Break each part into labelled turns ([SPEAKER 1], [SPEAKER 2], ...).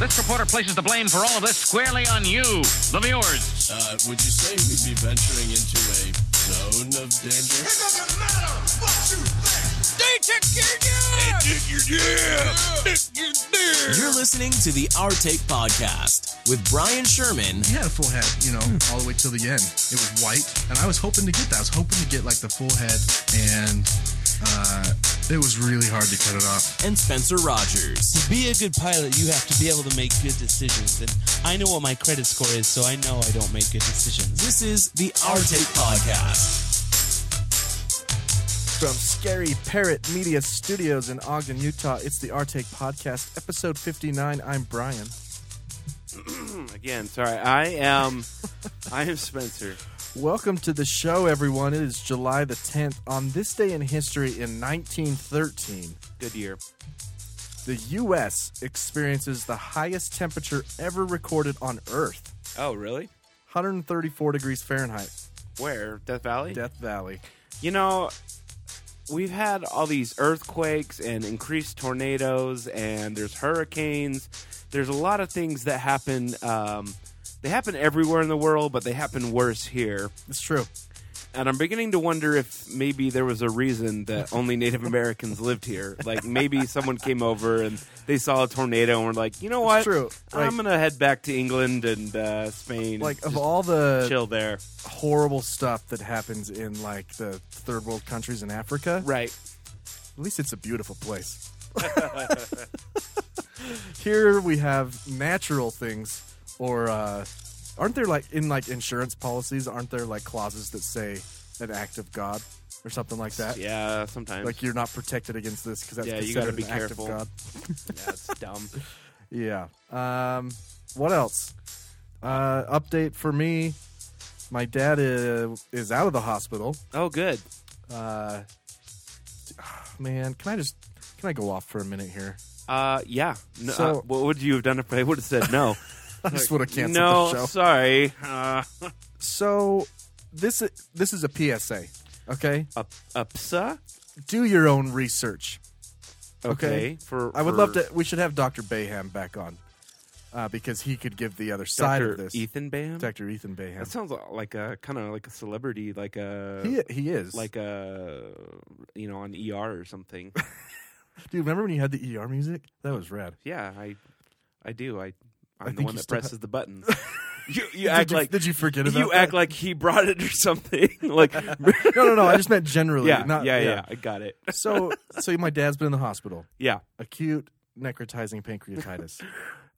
[SPEAKER 1] This reporter places the blame for all of this squarely on you, the viewers.
[SPEAKER 2] Uh, would you say we'd be venturing into a zone of danger?
[SPEAKER 3] It doesn't matter what you think.
[SPEAKER 4] You're listening to the Our Take Podcast with Brian Sherman
[SPEAKER 5] He had a full head, you know, all the way till the end. It was white, and I was hoping to get that. I was hoping to get like the full head, and uh, it was really hard to cut it off.
[SPEAKER 4] and Spencer Rogers.
[SPEAKER 6] To be a good pilot, you have to be able to make good decisions. And I know what my credit score is, so I know I don't make good decisions.
[SPEAKER 4] This is the Our Take Podcast.
[SPEAKER 7] From Scary Parrot Media Studios in Ogden, Utah, it's the Artake Podcast, episode 59. I'm Brian.
[SPEAKER 8] Again, sorry. I am. I am Spencer.
[SPEAKER 7] Welcome to the show, everyone. It is July the 10th. On this day in history in 1913,
[SPEAKER 8] Good year.
[SPEAKER 7] the U.S. experiences the highest temperature ever recorded on Earth
[SPEAKER 8] Oh, really?
[SPEAKER 7] 134 degrees Fahrenheit,
[SPEAKER 8] Where Death Valley?
[SPEAKER 7] Death Valley.
[SPEAKER 8] You know, we've had all these earthquakes and increased tornadoes, and there's hurricanes. There's a lot of things that happen. Um, they happen everywhere in the world, but they happen worse here.
[SPEAKER 7] It's true.
[SPEAKER 8] And I'm beginning to wonder if maybe there was a reason that only Native Americans lived here. Like maybe someone came over and they saw a tornado and were like, you know what?
[SPEAKER 7] true.
[SPEAKER 8] I'm
[SPEAKER 7] Like-
[SPEAKER 8] gonna head back to England and uh, Spain. and
[SPEAKER 7] Like, of
[SPEAKER 8] just
[SPEAKER 7] all the
[SPEAKER 8] chill there,
[SPEAKER 7] horrible stuff that happens in, like, the third world countries in Africa,
[SPEAKER 8] right?
[SPEAKER 7] At least it's a beautiful place. Here we have natural things, or uh, aren't there like in like insurance policies? Aren't there like clauses that say an act of God or something like that?
[SPEAKER 8] Yeah, sometimes.
[SPEAKER 7] Like you're not protected against this because that's
[SPEAKER 8] Yeah, you gotta
[SPEAKER 7] considered
[SPEAKER 8] be
[SPEAKER 7] an act
[SPEAKER 8] careful.
[SPEAKER 7] of God.
[SPEAKER 8] yeah, it's dumb.
[SPEAKER 7] Yeah. Um, what else? Uh, update for me. My dad is, is out of the hospital.
[SPEAKER 8] Oh, good.
[SPEAKER 7] Uh, man, can I just can I go off for a minute here?
[SPEAKER 8] Uh, yeah. No,
[SPEAKER 7] So-
[SPEAKER 8] uh, what would you have done if I would have said no?
[SPEAKER 7] I just would have canceled
[SPEAKER 8] no,
[SPEAKER 7] the show.
[SPEAKER 8] sorry. Uh,
[SPEAKER 7] So this i- this is a PSA. Okay,
[SPEAKER 8] up, upsa.
[SPEAKER 7] do your own research. Okay.
[SPEAKER 8] For
[SPEAKER 7] I would
[SPEAKER 8] for
[SPEAKER 7] love to. We should have Doctor Bayham back on uh, because he could give the other side
[SPEAKER 8] Dr.
[SPEAKER 7] of this.
[SPEAKER 8] Ethan Bam.
[SPEAKER 7] Doctor Ethan Bayham.
[SPEAKER 8] That sounds like a kind of like a celebrity, like a
[SPEAKER 7] He he is
[SPEAKER 8] like a you know on ER or something.
[SPEAKER 7] dude. Remember when you had the ER music? That was rad.
[SPEAKER 8] yeah, I I do. I I'm the
[SPEAKER 7] think
[SPEAKER 8] one
[SPEAKER 7] you
[SPEAKER 8] that
[SPEAKER 7] still ha-
[SPEAKER 8] presses the button. you you act
[SPEAKER 7] did you,
[SPEAKER 8] like
[SPEAKER 7] did you forget about
[SPEAKER 8] you act
[SPEAKER 7] that?
[SPEAKER 8] like he brought it or something. like
[SPEAKER 7] no no no. I just meant generally.
[SPEAKER 8] yeah,
[SPEAKER 7] not,
[SPEAKER 8] yeah, yeah, I got it.
[SPEAKER 7] so so my dad's been in the hospital.
[SPEAKER 8] Yeah.
[SPEAKER 7] Acute necrotizing pancreatitis.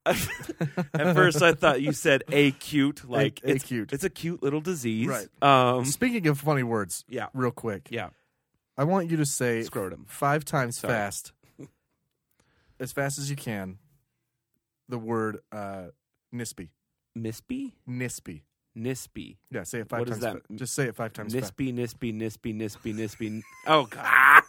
[SPEAKER 8] At first, I thought you said acute, like
[SPEAKER 7] A-
[SPEAKER 8] it's
[SPEAKER 7] acute.
[SPEAKER 8] It's a cute little disease,
[SPEAKER 7] Right.
[SPEAKER 8] Um,
[SPEAKER 7] Speaking of funny words,
[SPEAKER 8] Yeah.
[SPEAKER 7] real quick.
[SPEAKER 8] yeah,
[SPEAKER 7] I want you to say
[SPEAKER 8] Scrotum.
[SPEAKER 7] five times
[SPEAKER 8] Sorry.
[SPEAKER 7] fast, as fast as you can, the word uh, nispy.
[SPEAKER 8] nispy,
[SPEAKER 7] Nispy.
[SPEAKER 8] nispy,
[SPEAKER 7] Yeah, say it five
[SPEAKER 8] What is
[SPEAKER 7] times.
[SPEAKER 8] that?
[SPEAKER 7] fa- Just say it five times. fast.
[SPEAKER 8] nispy, nispy, nispy, nispy, nispy. Oh god,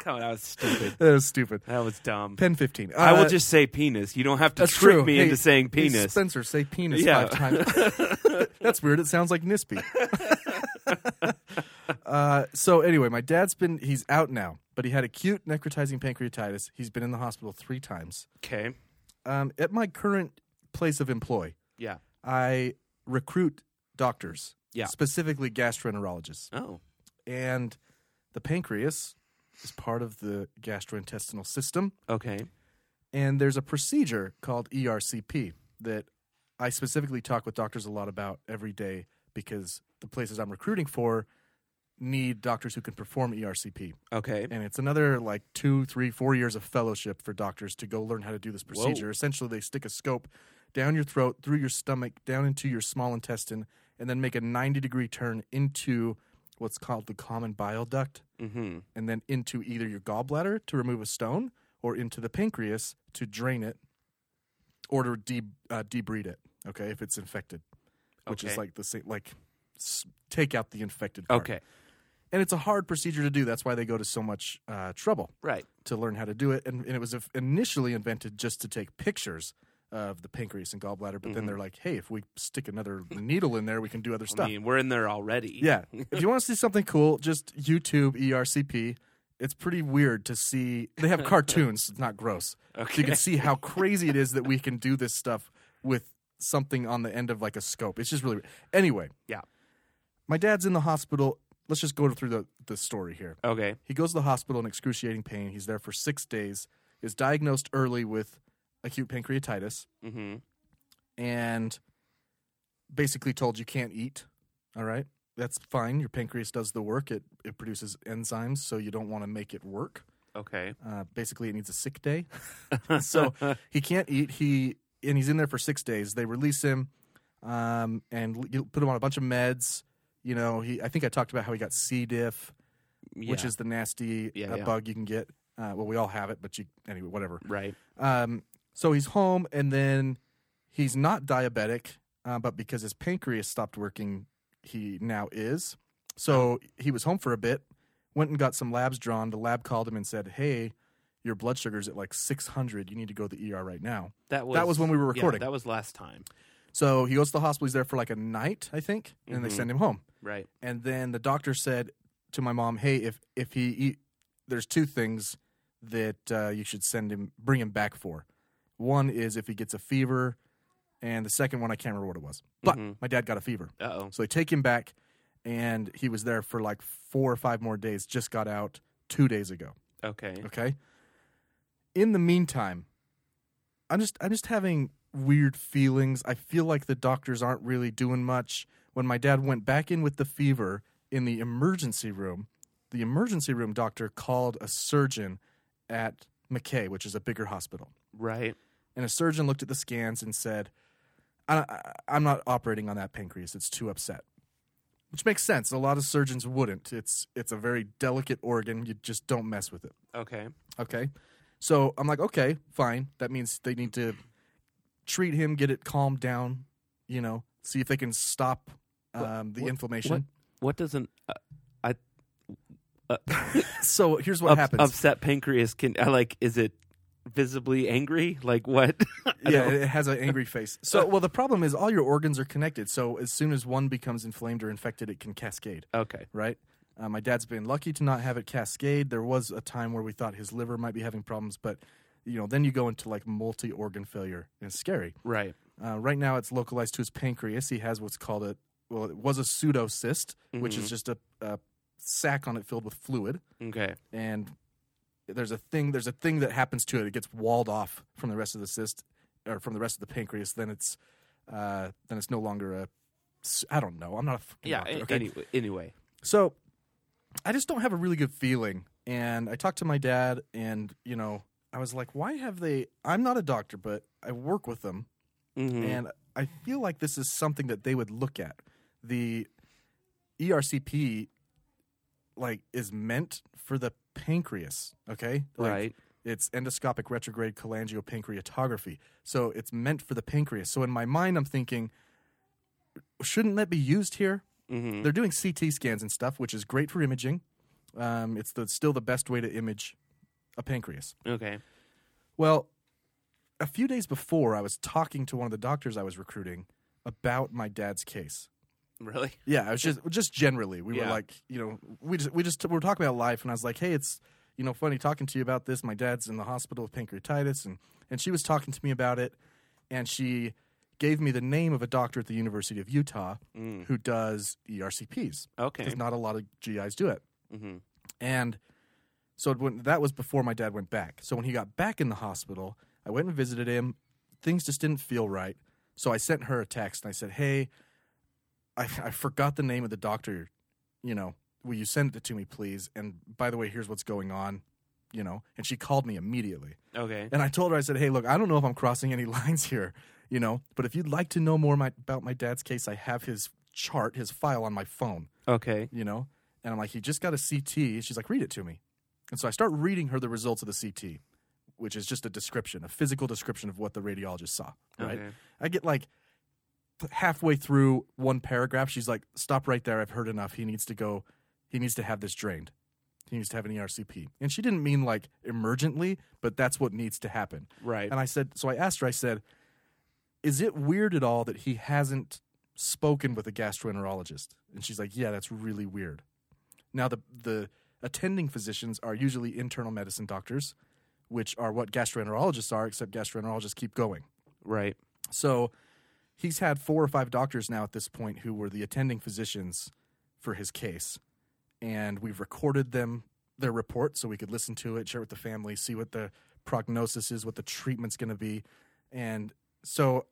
[SPEAKER 8] come on, that was stupid.
[SPEAKER 7] That was stupid.
[SPEAKER 8] That was dumb.
[SPEAKER 7] Pen fifteen.
[SPEAKER 8] I will
[SPEAKER 7] Uh,
[SPEAKER 8] just say penis. You don't have to
[SPEAKER 7] That's
[SPEAKER 8] trick
[SPEAKER 7] true.
[SPEAKER 8] me
[SPEAKER 7] Hey-
[SPEAKER 8] into saying
[SPEAKER 7] hey,
[SPEAKER 8] penis.
[SPEAKER 7] Spencer, say penis
[SPEAKER 8] Yeah.
[SPEAKER 7] five times. That's weird. It sounds like nispy. uh, so anyway, my dad's been. He's out now, but he had acute necrotizing pancreatitis. He's been in the hospital three times.
[SPEAKER 8] okay,
[SPEAKER 7] Um, at my current place of employ,
[SPEAKER 8] yeah.
[SPEAKER 7] I recruit doctors,
[SPEAKER 8] Yeah.
[SPEAKER 7] specifically gastroenterologists,
[SPEAKER 8] Oh,
[SPEAKER 7] and the pancreas is part of the gastrointestinal system.
[SPEAKER 8] okay.
[SPEAKER 7] And there's a procedure called E ERCP that I specifically talk with doctors a lot about every day because the places I'm recruiting for need doctors who can perform E ERCP.
[SPEAKER 8] Okay.
[SPEAKER 7] And it's another like two, three, four years of fellowship for doctors to go learn how to do this procedure. Essentially, they stick a scope down your throat, through your stomach, down into your small intestine, and then make a 90 degree turn into what's called the common bile duct,
[SPEAKER 8] Mm-hmm.
[SPEAKER 7] and then into either your gallbladder to remove a stone or into the pancreas to drain it or to de- uh, debride it, okay, if it's infected, which is
[SPEAKER 8] Okay.
[SPEAKER 7] like the same, like s- take out the infected part.
[SPEAKER 8] Okay.
[SPEAKER 7] And it's a hard procedure to do. That's why they go to so much uh, trouble
[SPEAKER 8] Right.
[SPEAKER 7] to learn how to do it. And, and it was initially invented just to take pictures of the pancreas and gallbladder. But then they're like, hey, if we stick another needle in there, we can do other
[SPEAKER 8] Mm-hmm. I
[SPEAKER 7] stuff.
[SPEAKER 8] mean, we're in there already.
[SPEAKER 5] E
[SPEAKER 7] yeah. if you want to see something cool, just YouTube ERCP.
[SPEAKER 5] It's pretty weird to see. They have cartoons. it's not gross. So you can see how crazy it is that we can do this stuff with something on the end of like a scope. It's just really. Anyway,
[SPEAKER 8] Yeah.
[SPEAKER 5] my dad's in the hospital. Let's just go through the, the story here.
[SPEAKER 8] Okay.
[SPEAKER 5] He goes to the hospital in excruciating pain. He's there for six days. Is diagnosed early with acute pancreatitis
[SPEAKER 8] Mm-hmm.
[SPEAKER 5] and basically told you can't eat. All right, that's fine. Your pancreas does the work. It it produces enzymes, so you don't want to make it work.
[SPEAKER 8] Okay.
[SPEAKER 5] Uh, basically, it needs a sick day, so he can't eat. He and he's in there for six days. They release him um, and l- you put him on a bunch of meds. You know, he. I think I talked about how he got C diff, which
[SPEAKER 8] Yeah.
[SPEAKER 5] is the nasty
[SPEAKER 8] Yeah,
[SPEAKER 5] uh,
[SPEAKER 8] yeah.
[SPEAKER 5] bug you can get. Uh, well, we all have it, but you anyway, whatever.
[SPEAKER 8] right.
[SPEAKER 5] Um, so he's home, and then he's not diabetic, uh, but because his pancreas stopped working, he now is. So he was home for a bit, went and got some labs drawn. The lab called him and said, "Hey, your blood sugar's at like 600. You need to go to
[SPEAKER 7] E
[SPEAKER 5] the ER right now."
[SPEAKER 8] That was
[SPEAKER 5] That was when we were
[SPEAKER 8] yeah,
[SPEAKER 5] recording.
[SPEAKER 8] that was last time.
[SPEAKER 5] So he goes to the hospital. He's there for like a night, I think, and they
[SPEAKER 8] Mhm.
[SPEAKER 5] send him home.
[SPEAKER 8] Right.
[SPEAKER 5] And then the doctor said to my mom, "Hey, if if he eat, there's two things that uh, you should send him, bring him back for. One is if he gets a fever, and the second one I can't remember what it was. But
[SPEAKER 8] Mhm.
[SPEAKER 5] my dad got a fever,
[SPEAKER 8] Uh oh.
[SPEAKER 5] so they take him back, and he was there for like four or five more days. Just got out two days ago.
[SPEAKER 8] Okay.
[SPEAKER 5] Okay. In the meantime, I'm just I'm just having weird feelings. I feel like the doctors aren't really doing much. When my dad went back in with the fever in the emergency room, the emergency room doctor called a surgeon at McKay, which is a bigger hospital.
[SPEAKER 8] Right.
[SPEAKER 5] And a surgeon looked at the scans and said, I, I, I'm not operating on that pancreas. It's too upset. Which makes sense. A lot of surgeons wouldn't. It's, it's a very delicate organ. You just don't mess with it.
[SPEAKER 8] Okay.
[SPEAKER 5] Okay. So I'm like, okay, fine. That means they need to treat him, get it calmed down, you know, see if they can stop um, the
[SPEAKER 8] what-
[SPEAKER 5] inflammation.
[SPEAKER 8] What doesn't uh, I
[SPEAKER 5] So here's what
[SPEAKER 8] up,
[SPEAKER 5] happens.
[SPEAKER 8] upset pancreas can uh, like is it visibly angry? Like what? I
[SPEAKER 5] yeah,
[SPEAKER 8] don't-
[SPEAKER 5] it has an angry face. So, well, the problem is all your organs are connected. So as soon as one becomes inflamed or infected, it can cascade,
[SPEAKER 8] Okay.
[SPEAKER 5] right? Uh, my dad's been lucky to not have it cascade. There was a time where we thought his liver might be having problems, but you know, then you go into like multi-organ failure, and it's scary.
[SPEAKER 8] Right.
[SPEAKER 5] Uh, right now, it's localized to his pancreas. He has what's called a well, it was a pseudocyst, which
[SPEAKER 7] Mm-hmm.
[SPEAKER 5] is just a, a sac on it filled with fluid.
[SPEAKER 8] Okay.
[SPEAKER 5] And there's a thing there's a thing that happens to it. It gets walled off from the rest of the cyst or from the rest of the pancreas. Then it's uh, then it's no longer a. s- I don't know. I'm not a fucking
[SPEAKER 8] Yeah.
[SPEAKER 5] doctor.
[SPEAKER 8] a-
[SPEAKER 5] Okay.
[SPEAKER 8] Anyway. Anyway.
[SPEAKER 5] So I just don't have a really good feeling. And I talked to my dad, and you know, I was like, why have they? I'm not a doctor, but I work with them
[SPEAKER 8] Mhm.
[SPEAKER 5] and I feel like this is something that they would look at. The E ERCP like is meant for the pancreas, okay? Like,
[SPEAKER 8] Right.
[SPEAKER 5] It's endoscopic retrograde cholangiopancreatography. So it's meant for the pancreas. So in my mind I'm thinking shouldn't that be used here?
[SPEAKER 8] Mhm.
[SPEAKER 5] They're doing CT scans and stuff, which is great for imaging. Um, it's the, still the best way to image a pancreas.
[SPEAKER 8] Okay.
[SPEAKER 5] Well, a few days before, I was talking to one of the doctors I was recruiting about my dad's case.
[SPEAKER 8] Really?
[SPEAKER 5] Yeah, I was just just generally. We were
[SPEAKER 8] Yeah.
[SPEAKER 5] like, you know, we just we just we were talking about life, and I was like, hey, it's you know funny talking to you about this. My dad's in the hospital with pancreatitis, and and she was talking to me about it, and she gave me the name of a doctor at the University of Utah who does E ERCPs
[SPEAKER 8] Okay.
[SPEAKER 5] because not a lot of GIs do it.
[SPEAKER 8] Mhm.
[SPEAKER 5] And so when, that was before my dad went back. So when he got back in the hospital, I went and visited him. Things just didn't feel right. So I sent her a text and I said, "Hey, I, I forgot the name of the doctor. You know, will you send it to me, please? And by the way, here's what's going on. You know." And she called me immediately.
[SPEAKER 8] Okay.
[SPEAKER 5] And I told her, I said, hey, look, I don't know if I'm crossing any lines here, you know, but if you'd like to know more my, about my dad's case, I have his chart, his file on my phone,
[SPEAKER 8] Okay.
[SPEAKER 5] you know? And I'm like, he just got a CT. She's like, read it to me. And so I start reading her the results of the CT, which is just a description, a physical description of what the radiologist saw, right?
[SPEAKER 8] Okay.
[SPEAKER 5] I get like halfway through one paragraph, she's like, stop right there. I've heard enough. He needs to go, he needs to have this drained. He needs to have an E ERCP. And she didn't mean like emergently, but that's what needs to happen.
[SPEAKER 8] Right.
[SPEAKER 5] And I said, so I asked her, I said, is it weird at all that he hasn't spoken with a gastroenterologist? And she's like, yeah, that's really weird. Now, the, the Attending physicians are usually internal medicine doctors, which are what gastroenterologists are, except gastroenterologists keep going.
[SPEAKER 8] Right.
[SPEAKER 5] So he's had four or five doctors now at this point who were the attending physicians for his case. And we've recorded them their report so we could listen to it, share it with the family, see what the prognosis is, what the treatment's going to be. And so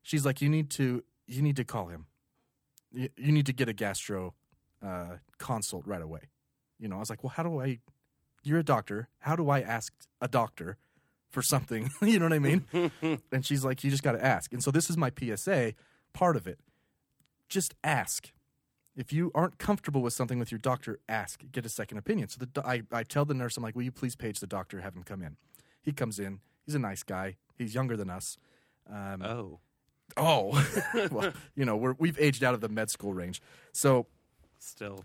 [SPEAKER 5] she's like, "You need to you need to call him. You, you need to get a gastro uh, consult right away." You know, I was like, "Well, how do I? You're a doctor. How do I ask a doctor for something? you know what I mean?" and she's like, "You just got to ask." And so this is my PSA part of it. Just ask. If you aren't comfortable with something with your doctor, ask. Get a second opinion. So the, do- I, I tell the nurse, I'm like, "Will you please page the doctor? Have him come in." He comes in. He's a nice guy. He's younger than us. Um,
[SPEAKER 8] Oh.
[SPEAKER 5] Oh, well, you know, we're, we've aged out of the med school range. So
[SPEAKER 8] Still.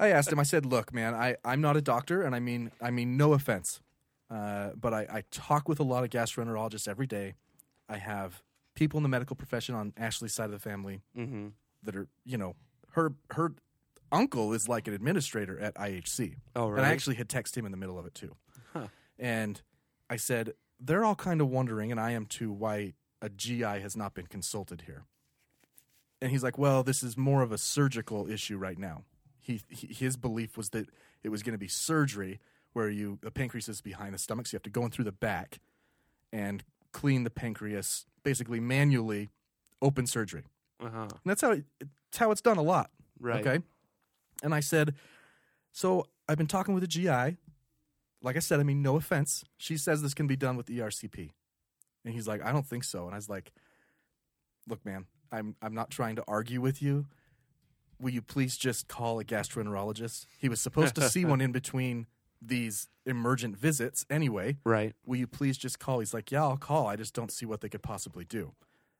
[SPEAKER 5] I asked him. I said, "Look, man, I I'm not a doctor, and I mean I mean no offense, uh, but I, I talk with a lot of gastroenterologists every day. I have people in the medical profession on Ashley's side of the family
[SPEAKER 8] Mm-hmm.
[SPEAKER 5] that are you know her her uncle is like an administrator at IHC.
[SPEAKER 8] Oh,
[SPEAKER 5] And
[SPEAKER 8] right.
[SPEAKER 5] I actually had texted him in the middle of it too. And I said they're all kind of wondering, and I am too, why a GI has not been consulted here and he's like, "Well, this is more of a surgical issue right now." He, he his belief was that it was going to be surgery where you the pancreas is behind the stomach, so you have to go in through the back and clean the pancreas basically manually, open surgery.
[SPEAKER 8] Uh-huh.
[SPEAKER 5] And that's how it, it's how it's done a lot.
[SPEAKER 8] Right.
[SPEAKER 5] Okay. And I said, "So I've been talking with a GI. Like I said, I mean, no offense. She says this can be done with E ERCP." And he's like, "I don't think so." And I was like, "Look, man, I'm I'm not trying to argue with you. Will you please just call a gastroenterologist? He was supposed to see one in between these emergent visits anyway.
[SPEAKER 8] Right.
[SPEAKER 5] Will you please just call?" He's like, "Yeah, I'll call. I just don't see what they could possibly do."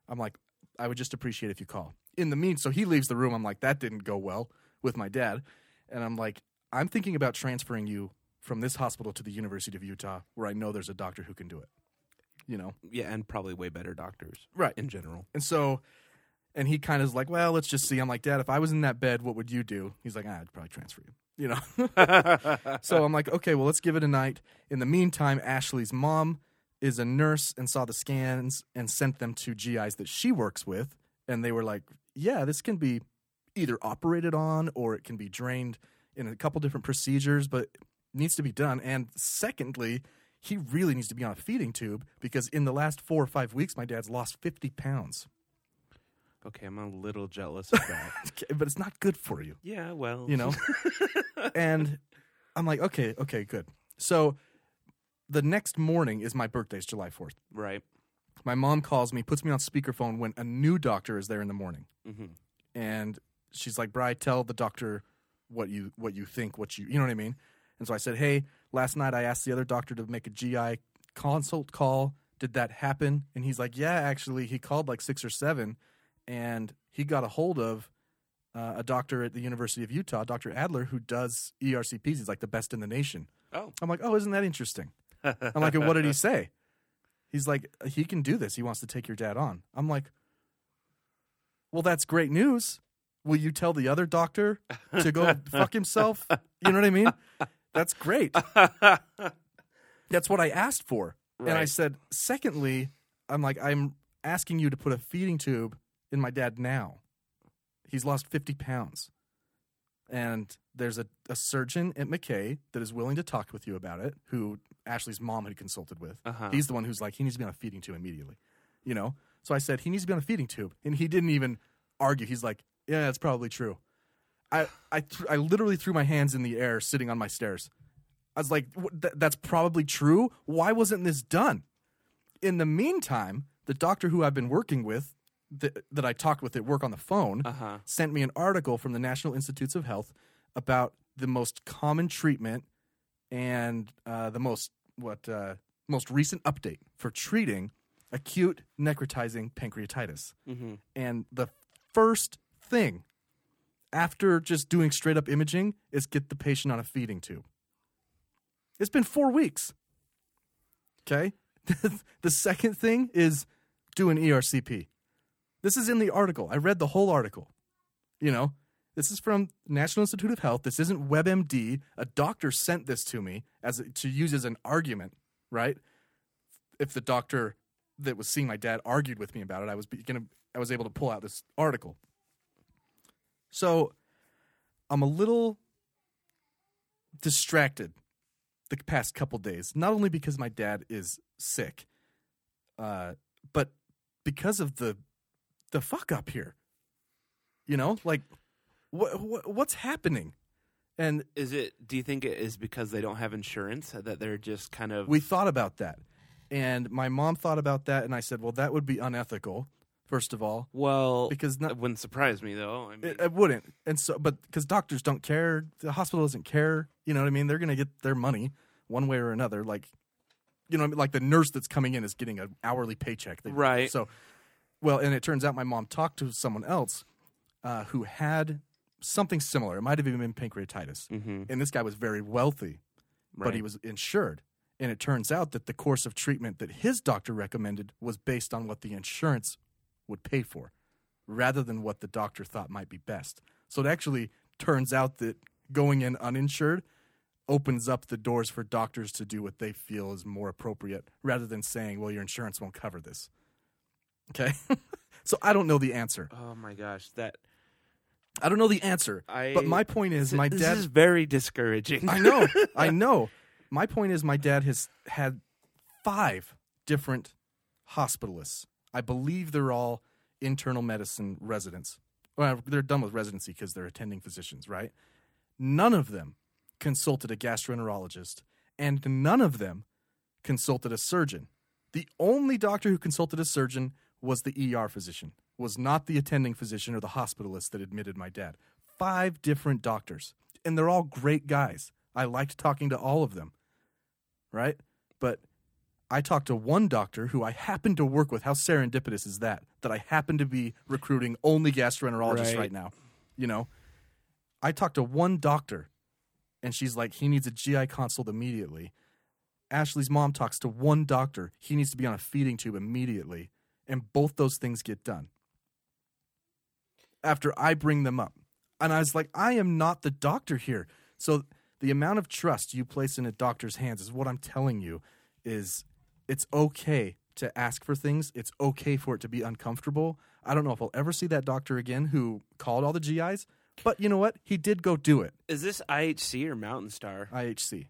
[SPEAKER 5] I'm like, "I would just appreciate if you call." In the mean, so he leaves the room. I'm like, "That didn't go well with my dad," and I'm like, "I'm thinking about transferring you from this hospital to the University of Utah, where I know there's a doctor who can do it." You know.
[SPEAKER 8] Yeah, and probably way better doctors
[SPEAKER 5] Right.
[SPEAKER 8] in general.
[SPEAKER 5] And so, and he kind of is like, well, let's just see. I'm like, Dad, if I was in that bed, what would you do? He's like, ah, I'd probably transfer you. You know? so I'm like, okay, well, let's give it a night. In the meantime, Ashley's mom is a nurse and saw the scans and sent them to GIs that she works with. And they were like, yeah, this can be either operated on or it can be drained in a couple different procedures, but it needs to be done. And secondly, he really needs to be on a feeding tube because in the last four or five weeks, my dad's lost 50 pounds.
[SPEAKER 8] Okay, I'm a little jealous of that.
[SPEAKER 5] Okay, but it's not good for you,
[SPEAKER 8] yeah, well.
[SPEAKER 5] you know? and I'm like, okay, okay, good. So the next morning is my birthday's July 4th.
[SPEAKER 8] Right.
[SPEAKER 5] My mom calls me, puts me on speakerphone when a new doctor is there in the morning. And she's like, Bri, tell the doctor what you what you think, what you you know what I mean? And so I said, Hey, last night I asked the other doctor to make a GI consult call. Did that happen? And he's like, Yeah, actually, he called like six or seven and he got a hold of uh, a doctor at the University of Utah, Dr. Adler, who does E ERCPs. He's like the best in the nation.
[SPEAKER 8] Oh.
[SPEAKER 5] I'm like, oh, isn't that interesting? I'm like, and what did he say? He's like, he can do this. He wants to take your dad on. I'm like, well, that's great news. Will you tell the other doctor to go fuck himself? You know what I mean? That's great. That's what I asked for. And I
[SPEAKER 8] Right.
[SPEAKER 5] said, secondly, I'm like, I'm asking you to put a feeding tube in my dad now. He's lost 50 pounds. And there's a, a surgeon at McKay that is willing to talk with you about it, who Ashley's mom had consulted with.
[SPEAKER 8] Uh-huh.
[SPEAKER 5] He's the one who's like, he needs to be on a feeding tube immediately. You know? So I said, he needs to be on a feeding tube. And he didn't even argue. He's like, yeah, that's probably true. I, I, th- I literally threw my hands in the air sitting on my stairs. I was like, "Wh- th- that's probably true. Why wasn't this done? In the meantime, the doctor who I've been working with, th- that I talked with at work on the phone,
[SPEAKER 8] Uh-huh.
[SPEAKER 5] sent me an article from the National Institutes of Health about the most common treatment and uh, the most what uh, most recent update for treating acute necrotizing pancreatitis. And the first thing after just doing straight up imaging is get the patient on a feeding tube. It's been four weeks. Okay. the second thing is E do an ERCP. This is in the article. I read the whole article. You know, This is from National Institute of Health. This isn't WebMD. A doctor sent this to me as to use as an argument, right? If the doctor that was seeing my dad argued with me about it, I was be- gonna, I was able to pull out this article. So, I'm a little distracted the past couple days. Not only because my dad is sick, uh, but because of the the fuck up here. You know, like what wh- what's happening? And
[SPEAKER 8] Is it? Do you think it is because they don't have insurance that they're just kind of?
[SPEAKER 5] we thought about that, and my mom thought about that, and I said, well, that would be unethical. First of all,
[SPEAKER 8] well,
[SPEAKER 5] because not
[SPEAKER 8] it wouldn't surprise me though. I mean,
[SPEAKER 5] It, it wouldn't. And so, but because doctors don't care, the hospital doesn't care. You know what I mean? They're going to get their money one way or another. Like, you know, what I mean? like the nurse that's coming in is getting an hourly paycheck. They-
[SPEAKER 8] Right.
[SPEAKER 5] So, well, and it turns out my mom talked to someone else uh, who had something similar. It might have even been pancreatitis. And this guy was very wealthy, but he
[SPEAKER 8] Mm-hmm. Right.
[SPEAKER 5] was insured. And it turns out that the course of treatment that his doctor recommended was based on what the insurance would pay for rather than what the doctor thought might be best. So it actually turns out that going in uninsured opens up the doors for doctors to do what they feel is more appropriate rather than saying, well, your insurance won't cover this. Okay. so I don't know the answer.
[SPEAKER 8] oh my gosh, that
[SPEAKER 5] I don't know the answer.
[SPEAKER 8] I-
[SPEAKER 5] but my point is, my
[SPEAKER 8] this
[SPEAKER 5] dad.
[SPEAKER 8] is very discouraging.
[SPEAKER 5] I know. I know. My point is, my dad has had five different hospitalists. I believe they're all internal medicine residents. Well, they're done with residency because they're attending physicians, right? None of them consulted a gastroenterologist, and none of them consulted a surgeon. The only doctor who consulted a surgeon was the ER physician, was not the attending physician or the hospitalist that admitted my dad. Five different doctors, and they're all great guys. I liked talking to all of them, right? But I talked to one doctor who I happened to work with. How serendipitous is that? That I happen to be recruiting only gastroenterologists right,
[SPEAKER 8] Right.
[SPEAKER 5] now, you know? I talked to one doctor, and she's like, he needs a GI consult immediately. Ashley's mom talks to one doctor. He needs to be on a feeding tube immediately. And both those things get done after I bring them up. And I was like, I am not the doctor here. So the amount of trust you place in a doctor's hands is what I'm telling you is it's okay to ask for things. It's okay for it to be uncomfortable. I don't know if I'll ever see that doctor again who called all the GIs, but you know what? He did go do it.
[SPEAKER 8] Is this IHC or Mountain Star?
[SPEAKER 5] IHC.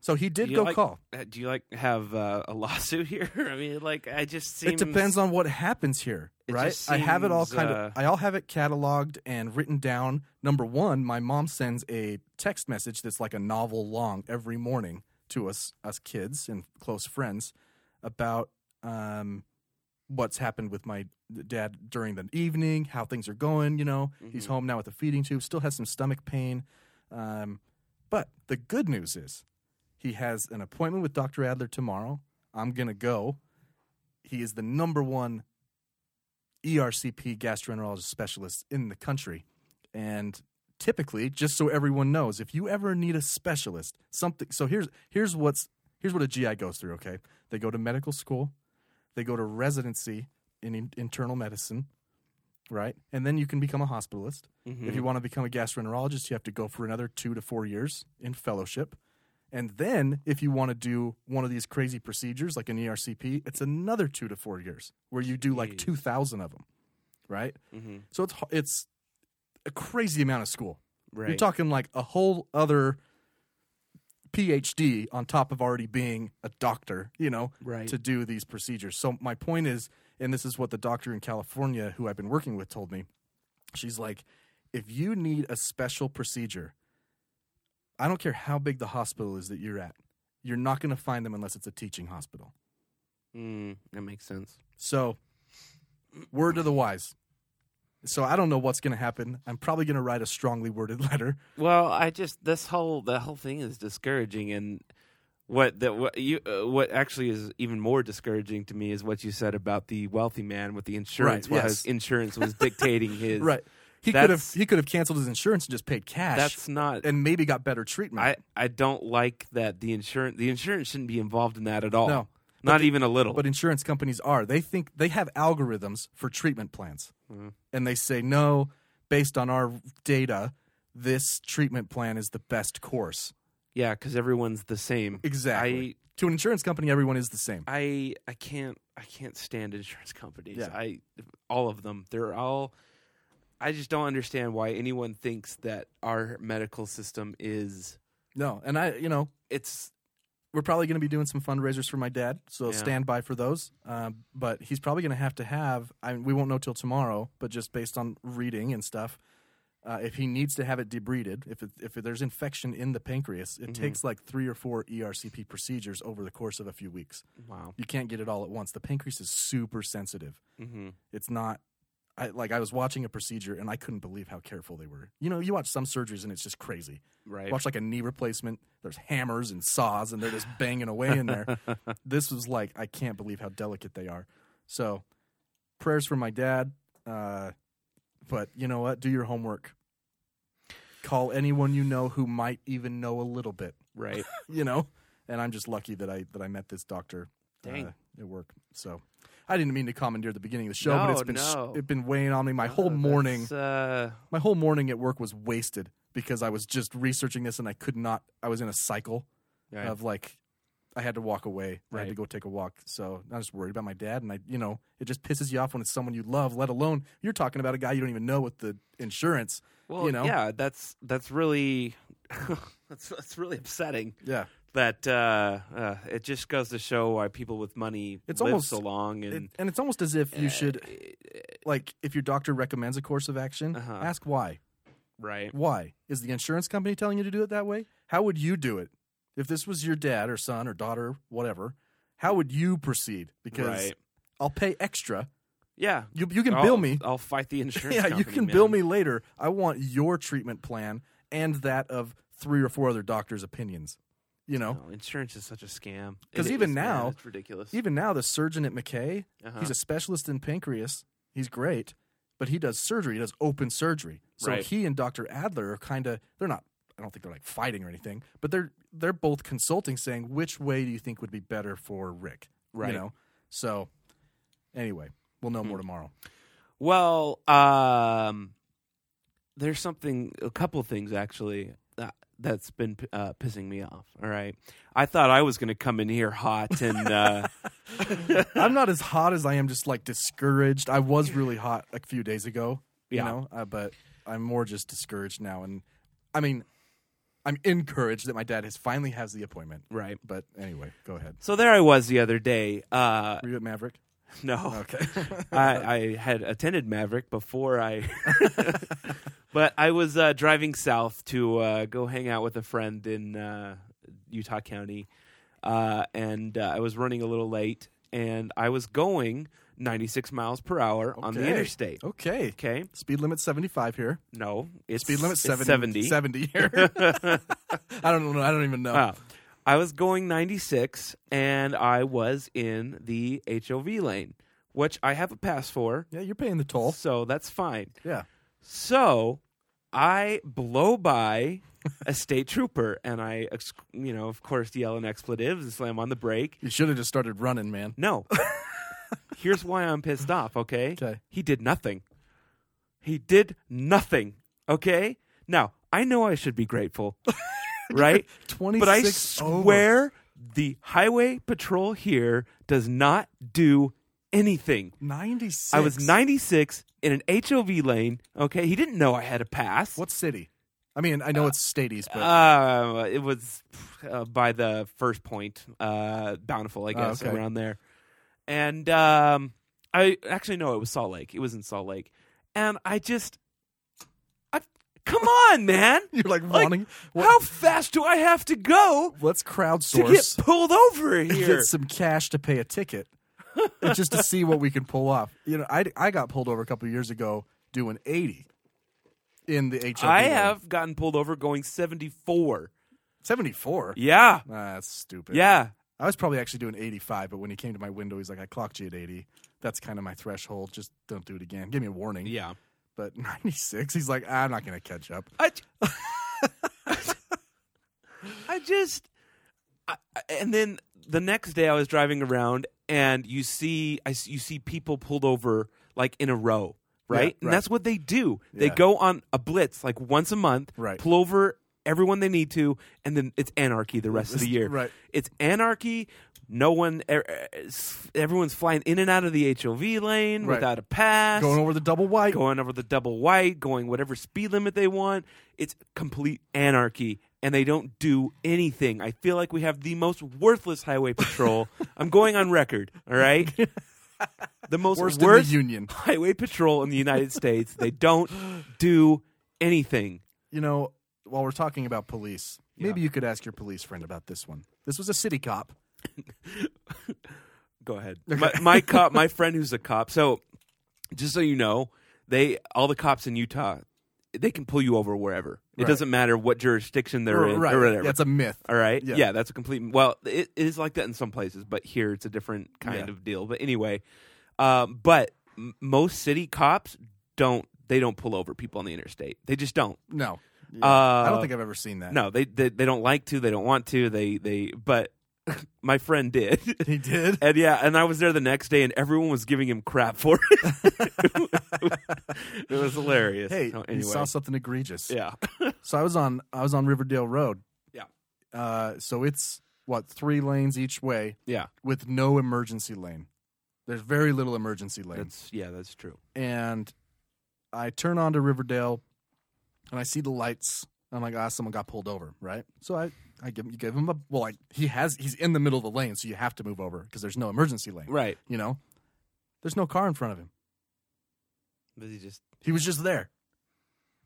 [SPEAKER 5] So he did
[SPEAKER 8] Do you
[SPEAKER 5] go
[SPEAKER 8] like-
[SPEAKER 5] call.
[SPEAKER 8] uh, Do you like have uh, a lawsuit here? I mean, like I just seems
[SPEAKER 5] It depends on what happens here,
[SPEAKER 8] It
[SPEAKER 5] right?
[SPEAKER 8] just
[SPEAKER 5] I have it all
[SPEAKER 8] seems,
[SPEAKER 5] kind
[SPEAKER 8] uh,
[SPEAKER 5] of. I all have it cataloged and written down. Number one, my mom sends a text message that's like a novel long every morning to us, us kids and close friends, about um, what's happened with my dad during the evening, how things are going. You know, he's
[SPEAKER 8] Mm-hmm.
[SPEAKER 5] home now with a feeding tube, still has some stomach pain. Um, but the good news is he has an appointment with Dr. Adler tomorrow. I'm going to go. He is the number one E ERCP gastroenterologist specialist in the country. And typically, just so everyone knows, if you ever need a specialist, something so here's here's what's here's what a GI goes through, okay? They go to medical school, they go to residency in, in- internal medicine, right? And then you can become a hospitalist. If you want to become a gastroenterologist, you have to go for another 2 to 4 years in fellowship. And then, if you want to do one of these crazy procedures like an E ERCP, it's another two to four years where you do like two thousand of them, right? So it's h- it's a crazy amount of school.
[SPEAKER 8] Right.
[SPEAKER 5] You're talking like a whole other PhD on top of already being a doctor, you know,
[SPEAKER 8] Right.
[SPEAKER 5] to do these procedures. So my point is, and this is what the doctor in California who I've been working with told me. She's like, if you need a special procedure, I don't care how big the hospital is that you're at, you're not going to find them unless it's a teaching hospital.
[SPEAKER 8] Mm, that makes sense.
[SPEAKER 5] So, word to the wise. So I don't know what's going to happen. I'm probably going to write a strongly worded letter.
[SPEAKER 8] Well, I just this whole the whole thing is discouraging, and what that what you uh, what actually is even more discouraging to me is what you said about the wealthy man with the insurance,
[SPEAKER 5] Right,
[SPEAKER 8] while
[SPEAKER 5] yes.
[SPEAKER 8] his insurance was dictating his
[SPEAKER 5] He could have
[SPEAKER 8] That's-
[SPEAKER 5] he could have canceled his insurance and just paid cash.
[SPEAKER 8] That's not.
[SPEAKER 5] and maybe got better treatment.
[SPEAKER 8] I I don't like that the insurance the insurance shouldn't be involved in that at all.
[SPEAKER 5] No. But
[SPEAKER 8] not
[SPEAKER 5] the-
[SPEAKER 8] even a little.
[SPEAKER 5] but insurance
[SPEAKER 8] Mm-hmm.
[SPEAKER 5] companies are. They think they have algorithms for treatment plans, and they say no. based on our data, this treatment plan is the best course.
[SPEAKER 8] Yeah, because everyone's the same.
[SPEAKER 5] Exactly. to an insurance company, everyone is the same.
[SPEAKER 8] I, I I can't I can't stand insurance companies.
[SPEAKER 5] Yeah.
[SPEAKER 8] I all of them. They're all. I just don't understand why anyone thinks that our medical system is.
[SPEAKER 5] No, and I, you know,
[SPEAKER 8] It's
[SPEAKER 5] we're probably going to be doing some fundraisers for my dad, so
[SPEAKER 8] Yeah.
[SPEAKER 5] stand by for those. Um, but he's probably going to have to have. I mean, we won't know till tomorrow, but just based on reading and stuff, uh, if he needs to have it debrided, if it, if there's infection in the pancreas, it
[SPEAKER 8] Mm-hmm.
[SPEAKER 5] takes like three or four E ERCP procedures over the course of a few weeks.
[SPEAKER 8] wow.
[SPEAKER 5] You can't get it all at once. The pancreas is super sensitive.
[SPEAKER 8] hmm
[SPEAKER 5] It's not. I, like I was watching a procedure and I couldn't believe how careful they were. You know, you watch some surgeries and it's just crazy.
[SPEAKER 8] Right.
[SPEAKER 5] Watch like a knee replacement. There's hammers and saws, and they're just banging away in there. this was like I can't believe how delicate they are. So, prayers for my dad. Uh, but you know what? Do your homework. Call anyone you know who might even know a little bit.
[SPEAKER 8] Right.
[SPEAKER 5] You know. And I'm just lucky that I that I met this doctor.
[SPEAKER 8] Dang.
[SPEAKER 5] Uh, at work. So, I didn't mean to commandeer the beginning of the show, but
[SPEAKER 8] No,
[SPEAKER 5] it's been
[SPEAKER 8] no.
[SPEAKER 5] it's been weighing on me my
[SPEAKER 8] Oh,
[SPEAKER 5] whole
[SPEAKER 8] that's,
[SPEAKER 5] morning
[SPEAKER 8] Uh,
[SPEAKER 5] my whole morning at work was wasted because I was just researching this and I could not. I was in a cycle
[SPEAKER 8] Right.
[SPEAKER 5] of like, I had to walk away. I had to
[SPEAKER 8] Right.
[SPEAKER 5] go take a walk. So I was worried about my dad, and I, you know, it just pisses you off when it's someone you love. Let alone you're talking about a guy you don't even know with the insurance.
[SPEAKER 8] well,
[SPEAKER 5] you know,
[SPEAKER 8] yeah. That's that's really that's that's really upsetting.
[SPEAKER 5] yeah.
[SPEAKER 8] That uh, uh, it just goes to show why people with money
[SPEAKER 5] It's
[SPEAKER 8] live
[SPEAKER 5] almost-
[SPEAKER 8] so long and.
[SPEAKER 5] It- and it's almost as if
[SPEAKER 8] Eh,
[SPEAKER 5] you should, like, if your doctor recommends a course of action,
[SPEAKER 8] Uh-huh.
[SPEAKER 5] ask why.
[SPEAKER 8] Right.
[SPEAKER 5] Why is the insurance company telling you to do it that way? How would you do it if this was your dad or son or daughter, whatever? How would you proceed? Because
[SPEAKER 8] Right.
[SPEAKER 5] I'll pay extra.
[SPEAKER 8] Yeah.
[SPEAKER 5] You you can
[SPEAKER 8] I'll-
[SPEAKER 5] bill me.
[SPEAKER 8] I'll fight the insurance.
[SPEAKER 5] yeah, you
[SPEAKER 8] company,
[SPEAKER 5] can
[SPEAKER 8] man.
[SPEAKER 5] bill me later. I want your treatment plan and that of three or four other doctors' opinions. You know,
[SPEAKER 8] No, insurance is such a scam.
[SPEAKER 5] 'Cause
[SPEAKER 8] It
[SPEAKER 5] even
[SPEAKER 8] is, man.
[SPEAKER 5] now-
[SPEAKER 8] it's ridiculous.
[SPEAKER 5] even now the surgeon at McKay,
[SPEAKER 8] Uh-huh.
[SPEAKER 5] he's a specialist in pancreas. He's great, but he does surgery. He does open surgery. So
[SPEAKER 8] Right.
[SPEAKER 5] he and Dr. Adler are kind of they're not. I don't think they're like fighting or anything, but they're they're both consulting, saying which way do you think would be better for Rick?
[SPEAKER 8] Right. Hmm.
[SPEAKER 5] You know. So anyway, we'll know more tomorrow.
[SPEAKER 8] well, um, there's something, a couple things actually that, that's been uh, pissing me off. All right, I thought I was going to come in here hot and uh,
[SPEAKER 5] I'm not as hot as I am just like discouraged. I was really hot a few days ago, you
[SPEAKER 8] Yeah.
[SPEAKER 5] know, uh, but I'm more just discouraged now. And I mean, I'm encouraged that my dad has finally has the appointment.
[SPEAKER 8] right.
[SPEAKER 5] But anyway, go ahead.
[SPEAKER 8] So there I was the other day. Uh,
[SPEAKER 5] Were you at Maverick?
[SPEAKER 8] no,
[SPEAKER 5] Okay.
[SPEAKER 8] I, I had attended Maverick before I, but I was uh, driving south to uh, go hang out with a friend in uh, Utah County, uh, and uh, I was running a little late, and I was going 96 miles per hour on the
[SPEAKER 5] Okay.
[SPEAKER 8] interstate.
[SPEAKER 5] Okay.
[SPEAKER 8] Okay,
[SPEAKER 5] Speed limit 75 here.
[SPEAKER 8] no, it's
[SPEAKER 5] Speed limit
[SPEAKER 8] it's
[SPEAKER 5] 70.
[SPEAKER 8] 70.
[SPEAKER 5] 70 here. I don't know. I don't even know.
[SPEAKER 8] Wow. Uh, I was going 96, and I was in the HOV lane, which I have a pass for,
[SPEAKER 5] Yeah, you're paying the toll.
[SPEAKER 8] so that's fine.
[SPEAKER 5] Yeah.
[SPEAKER 8] So I blow by a state trooper and I, ex- you know, of course, yell an expletive and slam on the brake.
[SPEAKER 5] You should have just started running, man.
[SPEAKER 8] No. Here's why I'm pissed off, okay?
[SPEAKER 5] Okay.
[SPEAKER 8] He did nothing. He did nothing, okay? Now, I know I should be grateful, right?
[SPEAKER 5] 26
[SPEAKER 8] But I
[SPEAKER 5] over.
[SPEAKER 8] swear the highway patrol here does not do anything.
[SPEAKER 5] 96.
[SPEAKER 8] I was 96 in an HOV lane, okay? He didn't know I had a pass.
[SPEAKER 5] What city? I mean, I know it's Stadies, but
[SPEAKER 8] Uh, it was uh, by the first point, uh, Bountiful, I guess,
[SPEAKER 5] okay.
[SPEAKER 8] around there. And um, I actually no, it was Salt Lake. It was in Salt Lake, and I just, I, come on, man!
[SPEAKER 5] you're like,
[SPEAKER 8] Like,
[SPEAKER 5] wanting.
[SPEAKER 8] how fast do I have to go
[SPEAKER 5] Let's
[SPEAKER 8] to get
[SPEAKER 5] crowdsource
[SPEAKER 8] pulled over
[SPEAKER 5] and
[SPEAKER 8] here?
[SPEAKER 5] get some cash to pay a ticket, and just to see what we can pull off. You know, I, I got pulled over a couple of years ago doing eighty in the HOP.
[SPEAKER 8] I have gotten pulled over going seventy four.
[SPEAKER 5] seventy four.
[SPEAKER 8] Yeah,
[SPEAKER 5] Nah, that's stupid.
[SPEAKER 8] yeah.
[SPEAKER 5] I was probably actually doing eighty five, but when he came to my window, he's like, "I clocked you at eighty. That's kind of my threshold. Just don't do it again. Give me a warning."
[SPEAKER 8] Yeah.
[SPEAKER 5] But ninety six, he's like, "I'm not gonna catch up."
[SPEAKER 8] I, I just, I, I- and then the next day I was driving around and you see, I s- you see people pulled over like in a row, right?
[SPEAKER 5] right.
[SPEAKER 8] And that's what they do. They
[SPEAKER 5] Yeah.
[SPEAKER 8] go on a blitz like once a month,
[SPEAKER 5] Right.
[SPEAKER 8] pull over everyone they need to, and then it's anarchy the rest of the year.
[SPEAKER 5] Right.
[SPEAKER 8] It's anarchy. No one, er- er, s- everyone's flying in and out of the HOV lane
[SPEAKER 5] Right.
[SPEAKER 8] without a pass,
[SPEAKER 5] Going over the double white.
[SPEAKER 8] going over the double white, going whatever speed limit they want. It's complete anarchy. And they don't do anything. I feel like we have the most worthless highway patrol. I'm going on record, all right? The most
[SPEAKER 5] Worst in the
[SPEAKER 8] worst
[SPEAKER 5] union.
[SPEAKER 8] highway patrol in the United States. They don't do anything.
[SPEAKER 5] You know, while we're talking about police, maybe you could ask your police friend about this one. This was a city cop.
[SPEAKER 8] Go ahead. My, my cop, my friend who's a cop. So, just so you know, they all the cops in Utah, they can pull you over wherever. It
[SPEAKER 5] Right.
[SPEAKER 8] doesn't matter what jurisdiction they're in
[SPEAKER 5] right.
[SPEAKER 8] or whatever.
[SPEAKER 5] That's a myth.
[SPEAKER 8] all right.
[SPEAKER 5] Yeah.
[SPEAKER 8] Yeah. that's a complete. Well, it, it is like that in some places, but here it's a different kind
[SPEAKER 5] Yeah.
[SPEAKER 8] of deal. But anyway, um, but m- most city cops don't. They don't pull over people on the interstate. They just don't.
[SPEAKER 5] No.
[SPEAKER 8] Uh,
[SPEAKER 5] I don't think I've ever seen that.
[SPEAKER 8] No, they, they they don't like to. They don't want to. They they. But my friend did.
[SPEAKER 5] He did?
[SPEAKER 8] And yeah, and I was there the next day, and everyone was giving him crap for it. it was hilarious.
[SPEAKER 5] Hey,
[SPEAKER 8] So
[SPEAKER 5] he saw something egregious.
[SPEAKER 8] yeah,
[SPEAKER 5] So I was on I was on Riverdale Road.
[SPEAKER 8] Yeah.
[SPEAKER 5] Uh, so it's what three lanes each way
[SPEAKER 8] yeah,
[SPEAKER 5] with no emergency lane. There's very little emergency lane.
[SPEAKER 8] that's yeah, that's true.
[SPEAKER 5] and I turn onto Riverdale, and I see the lights. I'm like, ah, someone got pulled over, right? So I, I give, you give him a well, like he has, he's in the middle of the lane, so you have to move over because there's no emergency lane,
[SPEAKER 8] Right?
[SPEAKER 5] You know, there's no car in front of him.
[SPEAKER 8] But he just
[SPEAKER 5] He was just there.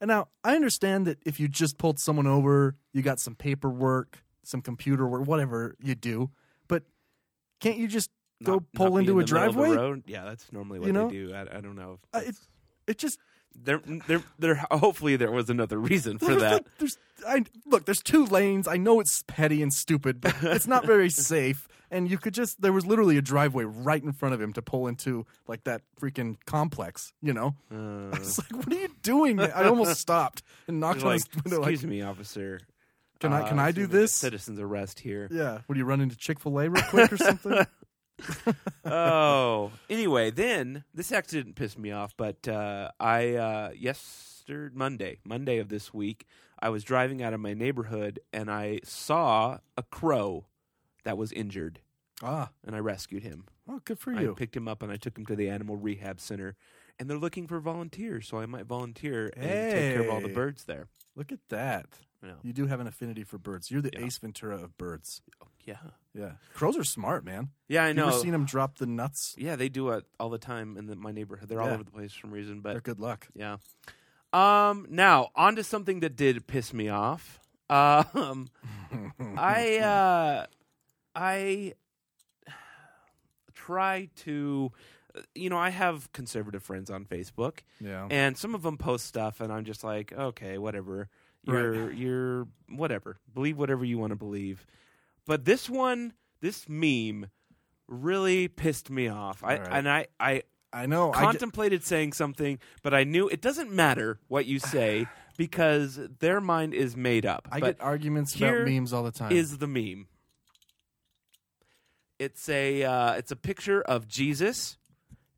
[SPEAKER 5] And now I understand that if you just pulled someone over, you got some paperwork, some computer work, whatever you do, but can't you just go
[SPEAKER 8] not-
[SPEAKER 5] pull
[SPEAKER 8] not be
[SPEAKER 5] into
[SPEAKER 8] in
[SPEAKER 5] a
[SPEAKER 8] the middle of the
[SPEAKER 5] driveway?
[SPEAKER 8] road. Yeah, that's normally what
[SPEAKER 5] You know?
[SPEAKER 8] they do. I, I don't know. If
[SPEAKER 5] Uh, it-
[SPEAKER 8] that's-
[SPEAKER 5] It just
[SPEAKER 8] there, there, there. Hopefully, there was another reason for
[SPEAKER 5] There's
[SPEAKER 8] that.
[SPEAKER 5] like- there's, I, look, there's two lanes. I know it's petty and stupid, but it's not very safe. And you could just there was literally a driveway right in front of him to pull into like that freaking complex. You know, I was like, "What are you doing?" man?" I almost stopped and knocked
[SPEAKER 8] Uh. You're
[SPEAKER 5] on
[SPEAKER 8] like,
[SPEAKER 5] his window. Like,
[SPEAKER 8] excuse me, officer.
[SPEAKER 5] can I
[SPEAKER 8] Uh,
[SPEAKER 5] can I do
[SPEAKER 8] excuse me,
[SPEAKER 5] this?
[SPEAKER 8] Citizen's arrest here.
[SPEAKER 5] Yeah. What do you run into Chick Fil A real quick or something?
[SPEAKER 8] oh. Anyway, then this actually didn't piss me off, but uh, I uh, yesterday Monday, Monday of this week, I was driving out of my neighborhood and I saw a crow that was injured,
[SPEAKER 5] ah,
[SPEAKER 8] and I rescued him.
[SPEAKER 5] well, good for
[SPEAKER 8] I
[SPEAKER 5] you.
[SPEAKER 8] picked him up and I took him to the animal rehab center, and they're looking for volunteers, so I might volunteer and take care of all the
[SPEAKER 5] Hey.
[SPEAKER 8] birds there.
[SPEAKER 5] Look at that.
[SPEAKER 8] Yeah.
[SPEAKER 5] You do have an affinity for birds. You're the
[SPEAKER 8] Yeah. Oh,
[SPEAKER 5] Ace Ventura of birds.
[SPEAKER 8] Yeah.
[SPEAKER 5] Yeah, crows are smart, man.
[SPEAKER 8] Yeah, I
[SPEAKER 5] You ever
[SPEAKER 8] know.
[SPEAKER 5] seen them drop the nuts?
[SPEAKER 8] yeah, they do it all the time in the, my neighborhood. They're all
[SPEAKER 5] Yeah.
[SPEAKER 8] over the place for some reason, but
[SPEAKER 5] They're good luck.
[SPEAKER 8] Yeah. Um. Now on to something that did piss me off. Um. I uh, I try to, you know, I have conservative friends on Facebook,
[SPEAKER 5] Yeah.
[SPEAKER 8] and some of them post stuff, and I'm just like, okay, whatever.
[SPEAKER 5] Right.
[SPEAKER 8] You're you're whatever. Believe whatever you want to believe. But this one, this meme, really pissed me off. I
[SPEAKER 5] All right.
[SPEAKER 8] and I I
[SPEAKER 5] I know. I get-
[SPEAKER 8] contemplated saying something, but I knew it doesn't matter what you say because their mind is made up.
[SPEAKER 5] I
[SPEAKER 8] but
[SPEAKER 5] get arguments
[SPEAKER 8] here
[SPEAKER 5] about memes all the time.
[SPEAKER 8] is the meme? It's a uh, it's a picture of Jesus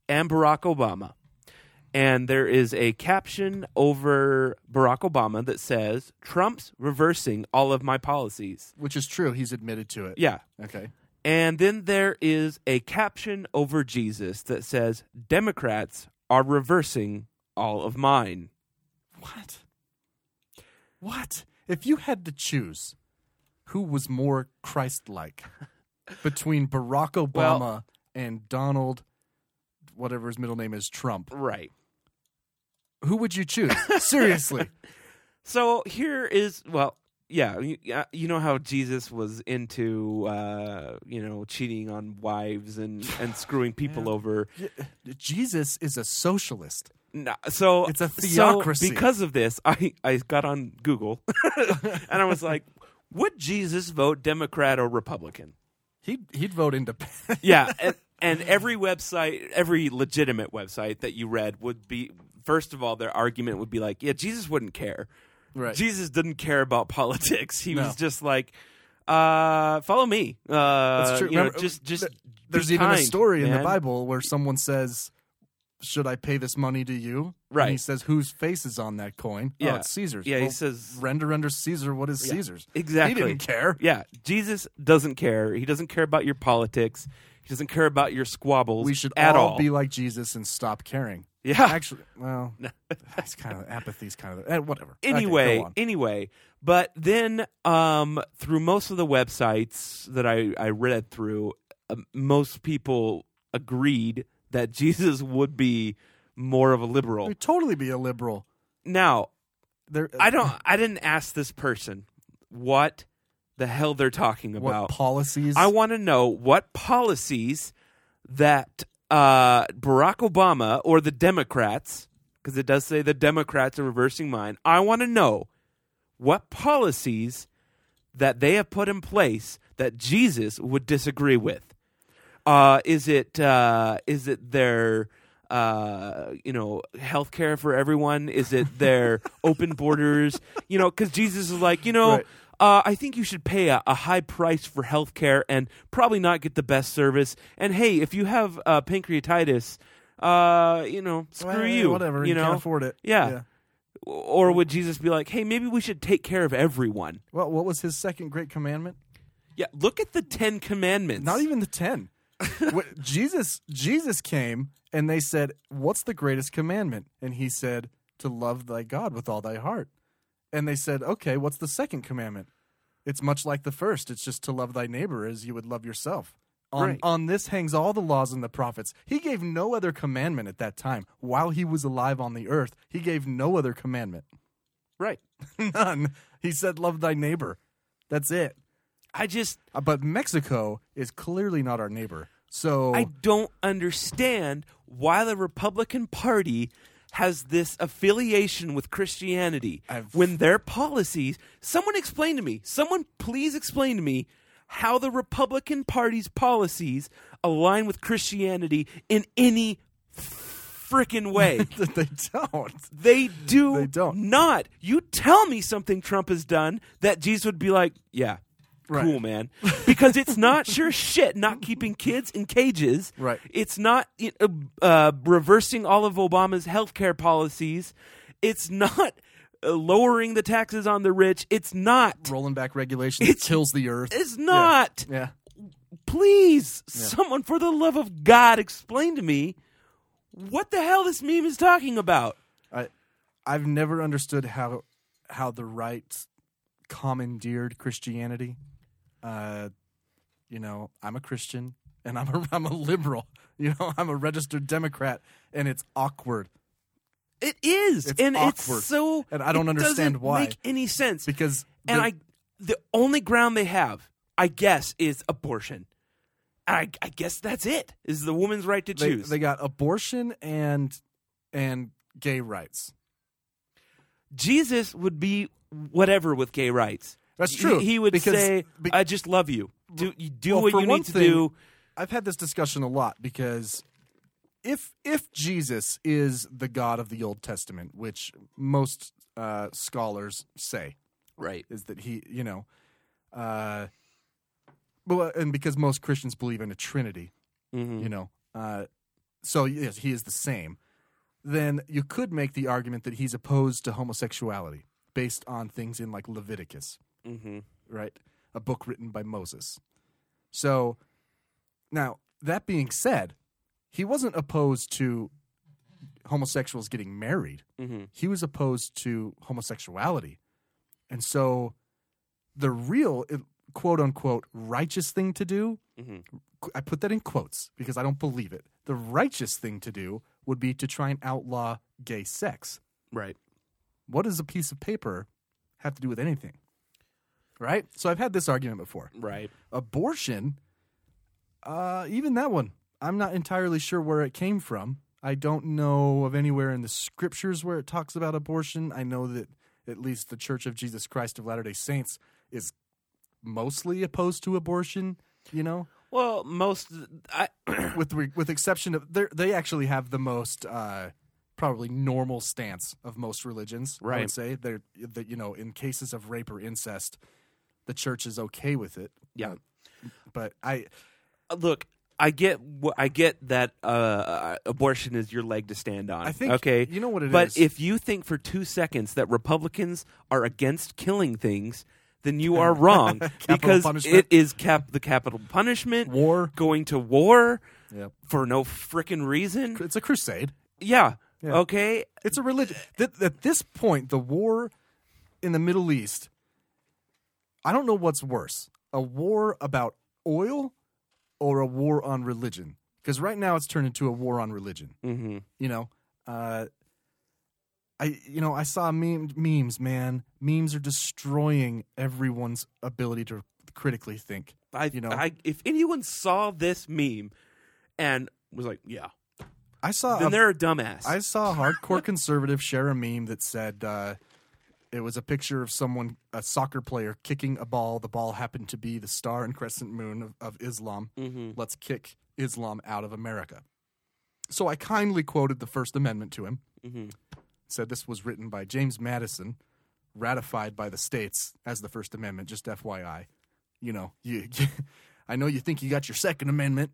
[SPEAKER 8] and Barack Obama, and there is a caption over Barack Obama that says, "Trump's reversing all of my policies."
[SPEAKER 5] which is true. He's admitted to it.
[SPEAKER 8] Yeah,
[SPEAKER 5] Okay.
[SPEAKER 8] and then there is a caption over Jesus that says, Democrats are reversing all of mine.
[SPEAKER 5] What? What? If you had to choose who was more Christ like between Barack Obama
[SPEAKER 8] Well-
[SPEAKER 5] and Donald, whatever his middle name is, Trump,
[SPEAKER 8] Right.
[SPEAKER 5] who would you choose? Seriously.
[SPEAKER 8] So here is, well, yeah, you, uh, you know how Jesus was into, uh, you know, cheating on wives and, and screwing people over.
[SPEAKER 5] Jesus is a socialist.
[SPEAKER 8] No, so
[SPEAKER 5] It's a
[SPEAKER 8] so
[SPEAKER 5] theocracy.
[SPEAKER 8] because of this, I, I got on Google and I was like, would Jesus vote Democrat or Republican?
[SPEAKER 5] He'd, he'd vote independent.
[SPEAKER 8] yeah, and, and every website, every legitimate website that you read would be first of all their argument would be like, yeah, Jesus wouldn't care.
[SPEAKER 5] Right.
[SPEAKER 8] Jesus didn't care about politics. He
[SPEAKER 5] No.
[SPEAKER 8] was just like, uh, follow me. Uh,
[SPEAKER 5] That's true.
[SPEAKER 8] You know,
[SPEAKER 5] Remember-
[SPEAKER 8] just just
[SPEAKER 5] th- There's
[SPEAKER 8] be
[SPEAKER 5] even a
[SPEAKER 8] kind,
[SPEAKER 5] story in
[SPEAKER 8] man.
[SPEAKER 5] the Bible where someone says, should I pay this money to you?
[SPEAKER 8] Right.
[SPEAKER 5] And he says, whose face is on that coin?
[SPEAKER 8] Yeah.
[SPEAKER 5] Oh, it's Caesar's.
[SPEAKER 8] Yeah, he
[SPEAKER 5] Well,
[SPEAKER 8] says-
[SPEAKER 5] render under Caesar. What is Caesar's?
[SPEAKER 8] Exactly.
[SPEAKER 5] He didn't care.
[SPEAKER 8] Yeah, Jesus doesn't care. He doesn't care about your politics. He doesn't care about your squabbles.
[SPEAKER 5] We should
[SPEAKER 8] at
[SPEAKER 5] all,
[SPEAKER 8] all
[SPEAKER 5] be like Jesus and stop caring.
[SPEAKER 8] Yeah.
[SPEAKER 5] Actually, well, that's kind of apathy's kind of eh, whatever. Okay, go
[SPEAKER 8] anyway,
[SPEAKER 5] on.
[SPEAKER 8] anyway, but then um, through most of the websites that I, I read through, uh, most people agreed that Jesus would be more of a liberal.
[SPEAKER 5] You'd totally be a liberal.
[SPEAKER 8] Now,
[SPEAKER 5] There,
[SPEAKER 8] I don't. I didn't ask this person what the hell they're talking
[SPEAKER 5] what
[SPEAKER 8] about.
[SPEAKER 5] policies?
[SPEAKER 8] I want to know what policies that uh, Barack Obama or the Democrats, because it does say the Democrats are reversing mine. I want to know what policies that they have put in place that Jesus would disagree with. Uh, is it uh, is it their uh, you know health care for everyone? Is it their open borders? You know, because Jesus is like, you know,
[SPEAKER 5] Right.
[SPEAKER 8] uh, I think you should pay a, a high price for health care and probably not get the best service. And hey, if you have uh, pancreatitis, uh, you know, screw
[SPEAKER 5] Well,
[SPEAKER 8] you.
[SPEAKER 5] Eh, Whatever.
[SPEAKER 8] you, know,
[SPEAKER 5] can't afford it.
[SPEAKER 8] Yeah. Or would Jesus be like, hey, maybe we should take care of everyone?
[SPEAKER 5] Well, what was his second great commandment?
[SPEAKER 8] Yeah, look at the Ten Commandments.
[SPEAKER 5] Not even the ten. Wh- Jesus, Jesus came and they said, "What's the greatest commandment?" And he said, "To love thy God with all thy heart." And they said, "Okay, what's the second commandment?" It's much like the first. It's just to love thy neighbor as you would love yourself. On,
[SPEAKER 8] Right.
[SPEAKER 5] on this hangs all the laws and the prophets. He gave no other commandment at that time. While he was alive on the earth, he gave no other commandment.
[SPEAKER 8] right.
[SPEAKER 5] None. He said, "Love thy neighbor." That's it.
[SPEAKER 8] I just
[SPEAKER 5] Uh, But Mexico is clearly not our neighbor. So
[SPEAKER 8] I don't understand why the Republican Party has this affiliation with Christianity
[SPEAKER 5] I've-
[SPEAKER 8] when their policies. Someone explain to me. Someone please explain to me how the Republican Party's policies align with Christianity in any freaking way.
[SPEAKER 5] that they don't.
[SPEAKER 8] They do
[SPEAKER 5] They don't.
[SPEAKER 8] not. You tell me something Trump has done that Jesus would be like, yeah,
[SPEAKER 5] Right.
[SPEAKER 8] cool, man. Because it's not sure shit not keeping kids in cages.
[SPEAKER 5] Right.
[SPEAKER 8] It's not you know, uh, reversing all of Obama's health care policies. It's not uh, lowering the taxes on the rich. It's not.
[SPEAKER 5] Rolling back regulation that
[SPEAKER 8] It's-
[SPEAKER 5] kills the earth.
[SPEAKER 8] It's not.
[SPEAKER 5] Yeah.
[SPEAKER 8] Please, someone, for the love of God, explain to me what the hell this meme is talking about.
[SPEAKER 5] I I've never understood how how the right commandeered Christianity. Uh you know, I'm a Christian and I'm a I'm a liberal. You know, I'm a registered Democrat and it's awkward
[SPEAKER 8] It is,
[SPEAKER 5] It's
[SPEAKER 8] and
[SPEAKER 5] awkward.
[SPEAKER 8] it's so.
[SPEAKER 5] And I don't
[SPEAKER 8] it
[SPEAKER 5] understand
[SPEAKER 8] doesn't
[SPEAKER 5] why.
[SPEAKER 8] Make any sense?
[SPEAKER 5] because
[SPEAKER 8] and
[SPEAKER 5] the-
[SPEAKER 8] I, the only ground they have, I guess, is abortion. And I, I guess that's it. Is the woman's right to
[SPEAKER 5] they,
[SPEAKER 8] choose?
[SPEAKER 5] they got abortion and and gay rights.
[SPEAKER 8] Jesus would be whatever with gay rights.
[SPEAKER 5] That's
[SPEAKER 8] He-
[SPEAKER 5] true,
[SPEAKER 8] He, would
[SPEAKER 5] because-
[SPEAKER 8] say,
[SPEAKER 5] be-
[SPEAKER 8] "I just love you. Do you do
[SPEAKER 5] Well,
[SPEAKER 8] what
[SPEAKER 5] for
[SPEAKER 8] you
[SPEAKER 5] one
[SPEAKER 8] need to
[SPEAKER 5] thing-
[SPEAKER 8] do."
[SPEAKER 5] I've had this discussion a lot because if if Jesus is the God of the Old Testament, which most uh, scholars say
[SPEAKER 8] Right.
[SPEAKER 5] is that he, you know, uh, but and because most Christians believe in a Trinity,
[SPEAKER 8] Mm-hmm.
[SPEAKER 5] you know, uh, so yes, he is the same. Then you could make the argument that he's opposed to homosexuality based on things in like Leviticus
[SPEAKER 8] Mm-hmm.
[SPEAKER 5] right? A book written by Moses. So, now that being said, he wasn't opposed to homosexuals getting married.
[SPEAKER 8] Mhm.
[SPEAKER 5] He was opposed to homosexuality. And so, the real eh, quote unquote righteous thing to do,
[SPEAKER 8] Mhm.
[SPEAKER 5] qu- I put that in quotes because I don't believe it. The righteous thing to do would be to try and outlaw gay sex.
[SPEAKER 8] Right.
[SPEAKER 5] What does a piece of paper have to do with anything? Right? So, I've had this argument before
[SPEAKER 8] Right.
[SPEAKER 5] abortion uh even that one i'm not entirely sure where it came from i don't know of anywhere in the scriptures where it talks about abortion i know that at least the church of jesus christ of latter day saints is mostly opposed to abortion you know
[SPEAKER 8] Well, most I,
[SPEAKER 5] with re- with exception of they're- they actually have the most uh probably normal stance of most religions i
[SPEAKER 8] Right.
[SPEAKER 5] would say they're that you know in cases of rape or incest the church is okay with it
[SPEAKER 8] Yeah.
[SPEAKER 5] but i
[SPEAKER 8] look, I get wh- I get that uh, abortion is your leg to stand on.
[SPEAKER 5] I think-
[SPEAKER 8] okay,
[SPEAKER 5] you know what it
[SPEAKER 8] but
[SPEAKER 5] is.
[SPEAKER 8] if you think for two seconds that Republicans are against killing things, then you are wrong because
[SPEAKER 5] punishment.
[SPEAKER 8] it is cap the capital punishment
[SPEAKER 5] War.
[SPEAKER 8] going to war
[SPEAKER 5] Yep.
[SPEAKER 8] for no freaking reason.
[SPEAKER 5] It's a crusade.
[SPEAKER 8] Yeah.
[SPEAKER 5] Yeah.
[SPEAKER 8] Okay.
[SPEAKER 5] It's a religion. Th- at this point, the war in the Middle East, I don't know what's worse a war about oil or a war on religion. Because right now it's turned into a war on religion.
[SPEAKER 8] Mm-hmm.
[SPEAKER 5] You know, uh, I you know I saw meme, memes. Man, memes are destroying everyone's ability to critically think.
[SPEAKER 8] I
[SPEAKER 5] You know.
[SPEAKER 8] I, if anyone saw this meme and was like, "Yeah,"
[SPEAKER 5] I saw
[SPEAKER 8] then
[SPEAKER 5] a-
[SPEAKER 8] they're a dumbass.
[SPEAKER 5] I saw a hardcore conservative share a meme that said uh, it was a picture of someone, a soccer player, kicking a ball. The ball happened to be the star and crescent moon of, of Islam. Let's kick Islam out of America. So I kindly quoted the First Amendment to him. Said this was written by James Madison, ratified by the states as the First Amendment. Just FYI, you know, you, I know you think you got your Second Amendment,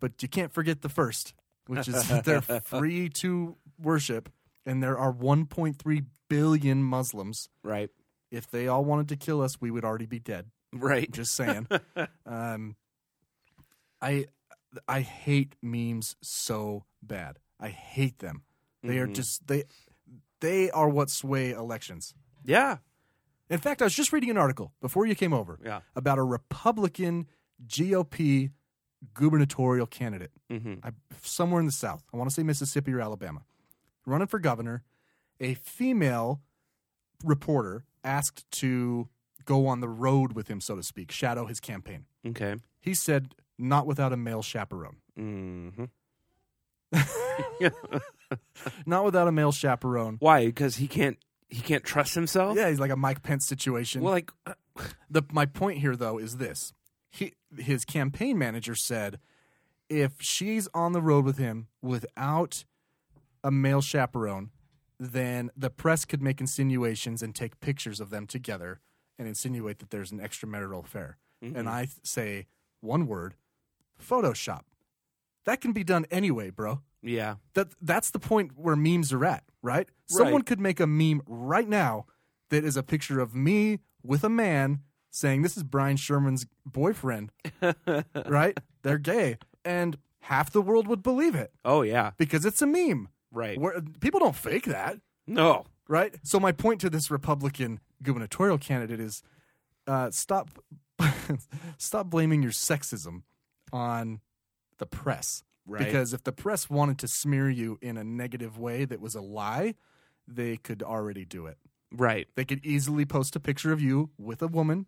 [SPEAKER 5] but you can't forget the first, which is that they're free to worship, and there are 1.3 billion Muslims.
[SPEAKER 8] right.
[SPEAKER 5] If they all wanted to kill us, we would already be dead.
[SPEAKER 8] Right.
[SPEAKER 5] Just saying. um, I I hate memes so bad. I hate them. They
[SPEAKER 8] Mm-hmm.
[SPEAKER 5] are just they they are what sway elections.
[SPEAKER 8] Yeah.
[SPEAKER 5] In fact, I was just reading an article before you came over
[SPEAKER 8] Yeah.
[SPEAKER 5] about a Republican GOP gubernatorial candidate
[SPEAKER 8] Mm-hmm.
[SPEAKER 5] I, somewhere in the South. I want to say Mississippi or Alabama, running for governor. A female reporter asked to go on the road with him, so to speak, shadow his campaign.
[SPEAKER 8] Okay.
[SPEAKER 5] He said, "Not without a male chaperone.
[SPEAKER 8] Mm-hmm.
[SPEAKER 5] Not without a male chaperone."
[SPEAKER 8] Why? Because he can't. He can't trust himself.
[SPEAKER 5] Yeah, he's like a Mike Pence situation.
[SPEAKER 8] Well, like, uh,
[SPEAKER 5] the my point here though is this he, his campaign manager said if she's on the road with him without a male chaperone then the press could make insinuations and take pictures of them together and insinuate that there's an extramarital affair and i th- say one word photoshop that can be done anyway bro
[SPEAKER 8] yeah.
[SPEAKER 5] that that's the point where memes are at, right? Someone could make a meme right now that is a picture of me with a man saying this is Brian Sherman's boyfriend, right? They're gay, and half the world would believe it
[SPEAKER 8] Oh, yeah.
[SPEAKER 5] because it's a meme.
[SPEAKER 8] Right.
[SPEAKER 5] Where, people don't fake that,
[SPEAKER 8] No.
[SPEAKER 5] right? So my point to this Republican gubernatorial candidate is uh, stop stop blaming your sexism on the press.
[SPEAKER 8] Right.
[SPEAKER 5] Because if the press wanted to smear you in a negative way that was a lie, they could already do it.
[SPEAKER 8] Right.
[SPEAKER 5] They could easily post a picture of you with a woman,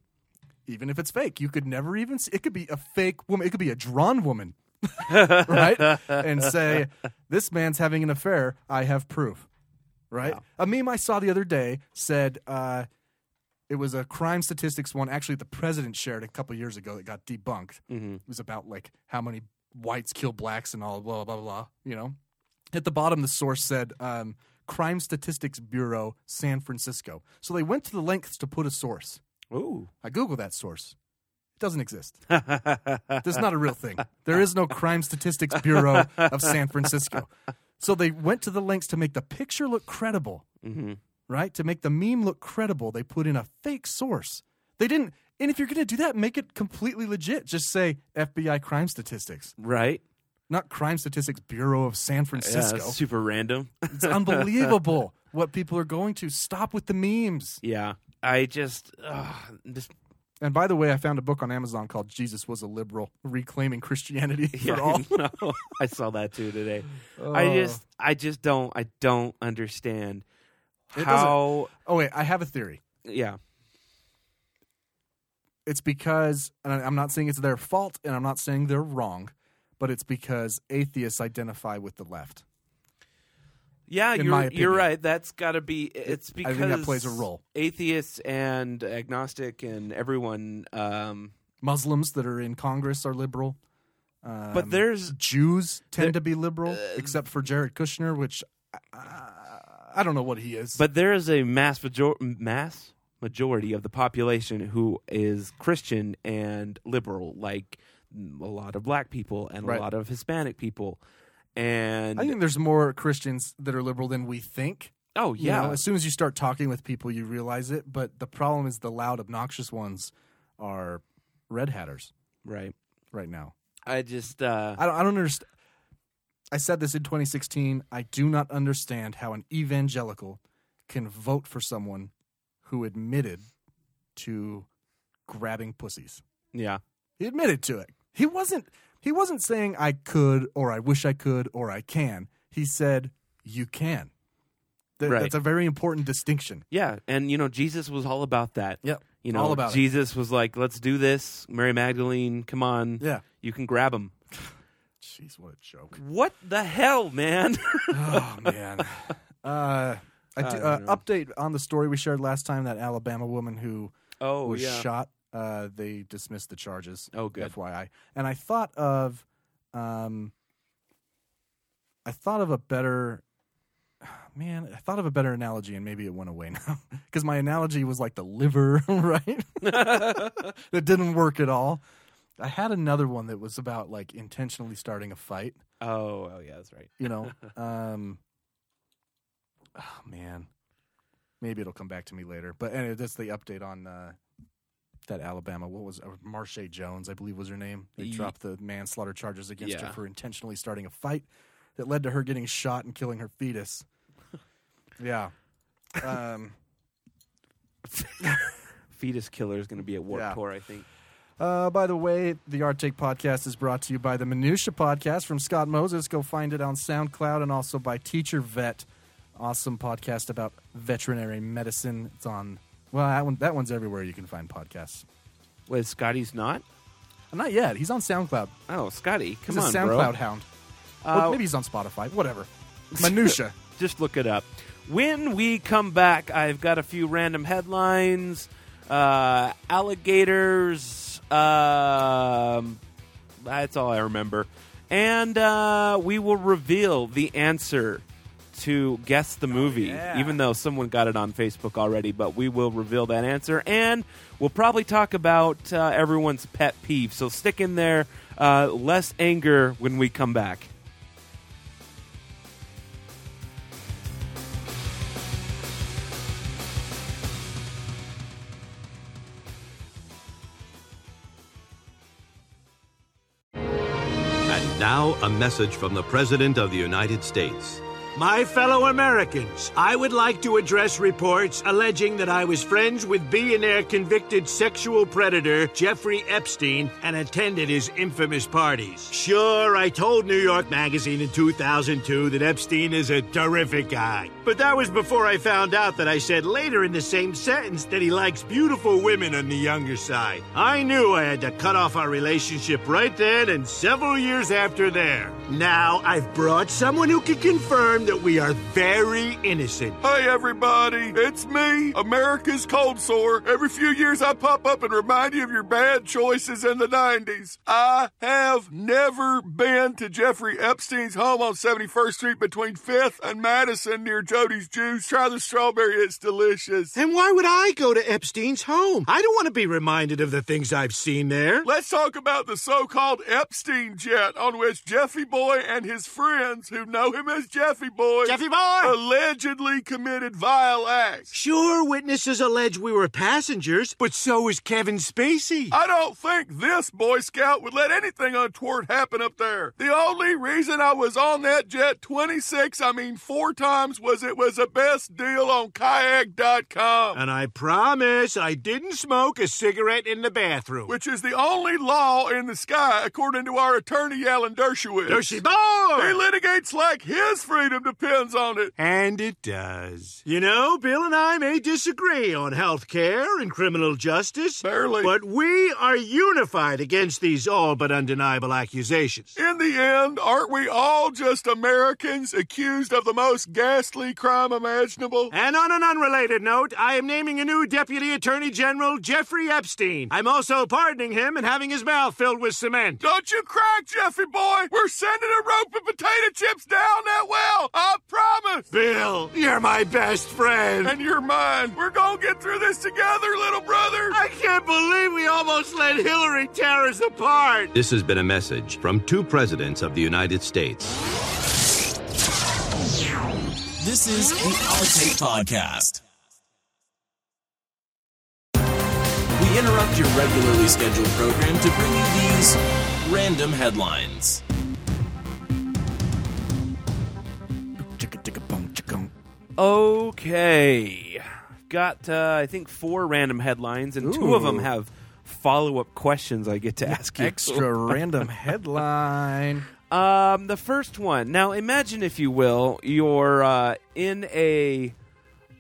[SPEAKER 5] even if it's fake. You could never even see it could be a fake woman, it could be a drawn woman. right? And say, This man's having an affair, I have proof. Right? A meme I saw the other day said uh, it was a crime statistics one. Actually, the president shared a couple years ago that got debunked. It was about like how many whites kill blacks and all blah blah blah. blah you know, at the bottom the source said um, crime statistics bureau san francisco so they went to the lengths to put a source
[SPEAKER 8] Ooh.
[SPEAKER 5] i googled that source it doesn't exist that's not a real thing there is no crime statistics bureau of san francisco so they went to the lengths to make the picture look credible right to make the meme look credible they put in a fake source they didn't and if you're going to do that make it completely legit just say fbi crime statistics
[SPEAKER 8] Right.
[SPEAKER 5] not crime statistics bureau of san
[SPEAKER 8] Yeah,
[SPEAKER 5] francisco
[SPEAKER 8] that's super random.
[SPEAKER 5] it's unbelievable what people are going to. Stop with the memes.
[SPEAKER 8] yeah. I just, uh, just
[SPEAKER 5] And by the way, I found a book on Amazon called Jesus Was a Liberal Reclaiming Christianity for
[SPEAKER 8] yeah, Oh.
[SPEAKER 5] All.
[SPEAKER 8] no, I saw that too today. I just, I just don't, I don't understand
[SPEAKER 5] It doesn't-
[SPEAKER 8] how.
[SPEAKER 5] Oh, wait, I have a theory.
[SPEAKER 8] Yeah.
[SPEAKER 5] It's because, and I- I'm not saying it's their fault and I'm not saying they're wrong, but it's because atheists identify with the left.
[SPEAKER 8] Yeah,
[SPEAKER 5] in
[SPEAKER 8] you're
[SPEAKER 5] my
[SPEAKER 8] you're
[SPEAKER 5] opinion.
[SPEAKER 8] right. That's got to be. It's
[SPEAKER 5] I
[SPEAKER 8] because
[SPEAKER 5] think that plays a role.
[SPEAKER 8] Atheists and agnostic and everyone. Um,
[SPEAKER 5] Muslims that are in Congress are liberal.
[SPEAKER 8] but there's
[SPEAKER 5] Jews tend to be liberal,
[SPEAKER 8] uh,
[SPEAKER 5] except for Jared Kushner, which uh, I, I don't know what he is.
[SPEAKER 8] but there is a mass major- mass majority of the population who is Christian and liberal. Like a lot of black people and
[SPEAKER 5] Right.
[SPEAKER 8] a lot of Hispanic people. And
[SPEAKER 5] I think there's more Christians that are liberal than we think.
[SPEAKER 8] oh
[SPEAKER 5] You
[SPEAKER 8] yeah,
[SPEAKER 5] know, as soon as you start talking with people, you realize it. But the problem is the loud, obnoxious ones are red hatters
[SPEAKER 8] right.
[SPEAKER 5] right now.
[SPEAKER 8] I just uh,
[SPEAKER 5] I don't, I don't understand. I said this in 2016. I do not understand how an evangelical can vote for someone who admitted to grabbing pussies.
[SPEAKER 8] yeah.
[SPEAKER 5] He admitted to it. He wasn't. He wasn't saying I could or I wish I could or I can. He said you can. Th-
[SPEAKER 8] Right.
[SPEAKER 5] That's a very important distinction.
[SPEAKER 8] Yeah, and you know Jesus was all about that.
[SPEAKER 5] Yep.
[SPEAKER 8] you know
[SPEAKER 5] All about it.
[SPEAKER 8] Jesus was like, "Let's do this." Mary Magdalene, come on.
[SPEAKER 5] Yeah.
[SPEAKER 8] you can grab him.
[SPEAKER 5] Jeez, what a joke.
[SPEAKER 8] What the hell, man?
[SPEAKER 5] oh man. Uh, I do, uh,
[SPEAKER 8] don't know.
[SPEAKER 5] update on the story we shared last time. That Alabama woman who
[SPEAKER 8] oh
[SPEAKER 5] was
[SPEAKER 8] yeah,
[SPEAKER 5] shot. Uh, they dismissed the charges.
[SPEAKER 8] Oh, good.
[SPEAKER 5] FYI. And I thought of, um, I thought of a better, man. I thought of a better analogy, and maybe it went away now because my analogy was like the liver, right? that didn't work at all. I had another one that was about like intentionally starting a fight.
[SPEAKER 8] oh oh yeah, that's right.
[SPEAKER 5] You know, um, oh man, maybe it'll come back to me later. But anyway, that's the update on uh, that Alabama. What was uh, Marche Jones? I believe was her name. They
[SPEAKER 8] Ye-
[SPEAKER 5] dropped the manslaughter charges against
[SPEAKER 8] Yeah.
[SPEAKER 5] her for intentionally starting a fight that led to her getting shot and killing her fetus. yeah. Um,
[SPEAKER 8] Fetus killer is going to be at Warped
[SPEAKER 5] Yeah.
[SPEAKER 8] Tour, I think.
[SPEAKER 5] Uh, by the way, the Art Take podcast is brought to you by the Minutia podcast from Scott Moses. Go find it on SoundCloud and also by Teacher Vet. Awesome podcast about veterinary medicine. It's on. Well, that one that one's everywhere you can find podcasts.
[SPEAKER 8] Wait, Scotty's not?
[SPEAKER 5] Not yet. He's on SoundCloud.
[SPEAKER 8] Oh, Scotty, come
[SPEAKER 5] He's a
[SPEAKER 8] on, bro.
[SPEAKER 5] SoundCloud hound.
[SPEAKER 8] Uh,
[SPEAKER 5] Or maybe he's on Spotify. Whatever. Minutia.
[SPEAKER 8] Just look it up. When we come back, I've got a few random headlines. Uh, alligators. Um, that's all I remember. And uh, we will reveal the answer to guess the movie, even though someone got it on Facebook already. But we will reveal that answer, and we'll probably talk about uh, everyone's pet peeve. So stick in there. Uh, less anger when we come back.
[SPEAKER 9] And now, a message from the President of the United States.
[SPEAKER 10] My fellow Americans, I would like to address reports alleging that I was friends with billionaire convicted sexual predator Jeffrey Epstein and attended his infamous parties. Sure, I told New York Magazine in 2002 that Epstein is a terrific guy. But that was before I found out that I said later in the same sentence that he likes beautiful women on the younger side. I knew I had to cut off our relationship right then and several years after there. Now I've brought someone who can confirm that we are very innocent.
[SPEAKER 11] Hey everybody, it's me, America's cold sore. Every few years I pop up and remind you of your bad choices in the 90s. I have never been to Jeffrey Epstein's home on 71st Street between 5th and Madison near Jody's Juice. Try the strawberry, it's delicious.
[SPEAKER 10] And why would I go to Epstein's home? I don't want to be reminded of the things I've seen there.
[SPEAKER 11] Let's talk about the so called Epstein jet on which Jeffy Boy and his friends, who know him as Jeffy Boy,
[SPEAKER 10] Jeffy Boy!
[SPEAKER 11] allegedly committed vile acts.
[SPEAKER 10] Sure, witnesses allege we were passengers, but so is Kevin Spacey.
[SPEAKER 11] I don't think this Boy Scout would let anything untoward happen up there. The only reason I was on that jet 26, I mean four times, was it was the best deal on kayak.com,
[SPEAKER 10] And I promise I didn't smoke a cigarette in the bathroom.
[SPEAKER 11] which is the only law in the sky, according to our attorney, Alan Dershowitz.
[SPEAKER 10] There she
[SPEAKER 11] He
[SPEAKER 10] bore!
[SPEAKER 11] litigates like his freedom depends on it.
[SPEAKER 10] And it does. You know, Bill and I may disagree on health care and criminal justice,
[SPEAKER 11] Barely.
[SPEAKER 10] but we are unified against these all but undeniable accusations.
[SPEAKER 11] In the end, aren't we all just Americans accused of the most ghastly crime imaginable?
[SPEAKER 10] And on an unrelated note, I am naming a new Deputy Attorney General, Jeffrey Epstein. I'm also pardoning him and having his mouth filled with cement.
[SPEAKER 11] Don't you crack, Jeffy boy! We're sending a rope of potato chips down that well! I promise.
[SPEAKER 10] Bill, you're my best friend.
[SPEAKER 11] And you're mine. We're going to get through this together, little brother.
[SPEAKER 10] I can't believe we almost let Hillary tear us apart.
[SPEAKER 9] This has been a message from two presidents of the United States.
[SPEAKER 2] This is the Our Take Podcast. We interrupt your regularly scheduled program to bring you these random headlines.
[SPEAKER 8] Okay. Got, uh, I think, four random headlines, and two of them
[SPEAKER 5] Ooh.
[SPEAKER 8] have follow up questions I get to ask you.
[SPEAKER 5] Extra random headline.
[SPEAKER 8] Um, the first one. Now, imagine, if you will, you're uh, in a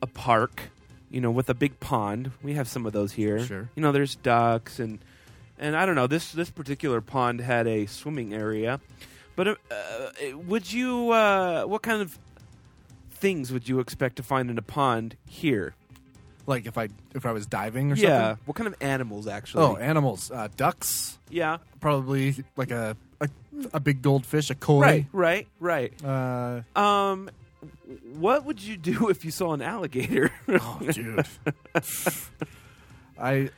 [SPEAKER 8] a park, you know, with a big pond. We have some of those here.
[SPEAKER 5] Sure.
[SPEAKER 8] You know, there's ducks and and I don't know. This this particular pond had a swimming area, but uh, uh, would you? Uh, what kind of things would you expect to find in a pond here?
[SPEAKER 5] Like if I if I was diving or
[SPEAKER 8] yeah.
[SPEAKER 5] something.
[SPEAKER 8] What kind of animals actually?
[SPEAKER 5] Oh, animals, uh, ducks,
[SPEAKER 8] yeah.
[SPEAKER 5] probably like a a, a big goldfish, a koi.
[SPEAKER 8] Right. Right. Right.
[SPEAKER 5] Uh,
[SPEAKER 8] Um, what would you do if you saw an alligator?
[SPEAKER 5] Oh. dude. I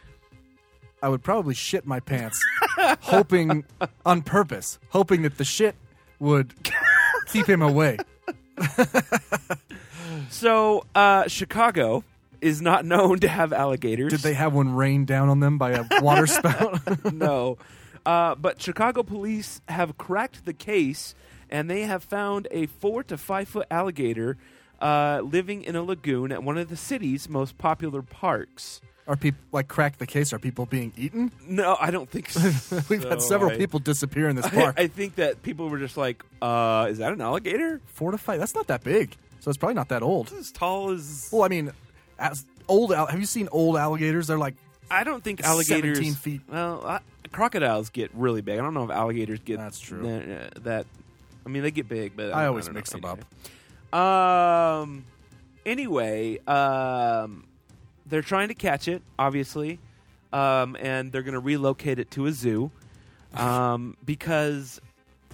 [SPEAKER 5] I would probably shit my pants, hoping on purpose, hoping that the shit would keep him away.
[SPEAKER 8] So uh, Chicago is not known to have alligators.
[SPEAKER 5] Did they have one rain down on them by a water spout?
[SPEAKER 8] no, uh, but Chicago police have cracked the case, and they have found a four to five foot alligator uh, living in a lagoon at one of the city's most popular parks.
[SPEAKER 5] Are people like crack the case? Are people being eaten?
[SPEAKER 8] No, I don't think so.
[SPEAKER 5] We've had several
[SPEAKER 8] I-
[SPEAKER 5] people disappear in this
[SPEAKER 8] I,
[SPEAKER 5] park.
[SPEAKER 8] I think that people were just like, uh, "Is that an alligator?
[SPEAKER 5] Four to five. That's not that big, so it's probably not that old.
[SPEAKER 8] As tall as
[SPEAKER 5] Well, I mean, as old. Al- have you seen old alligators? They're like
[SPEAKER 8] I don't think
[SPEAKER 5] It's
[SPEAKER 8] alligators.
[SPEAKER 5] 17 feet.
[SPEAKER 8] Well, I, crocodiles get really big. I don't know if alligators get.
[SPEAKER 5] That's true.
[SPEAKER 8] th- uh, that, I mean, they get big, but uh,
[SPEAKER 5] I
[SPEAKER 8] don't-
[SPEAKER 5] always
[SPEAKER 8] don't
[SPEAKER 5] mix
[SPEAKER 8] know.
[SPEAKER 5] them up.
[SPEAKER 8] up. Um. Anyway, um, they're trying to catch it, obviously, um, and they're going to relocate it to a zoo, um, because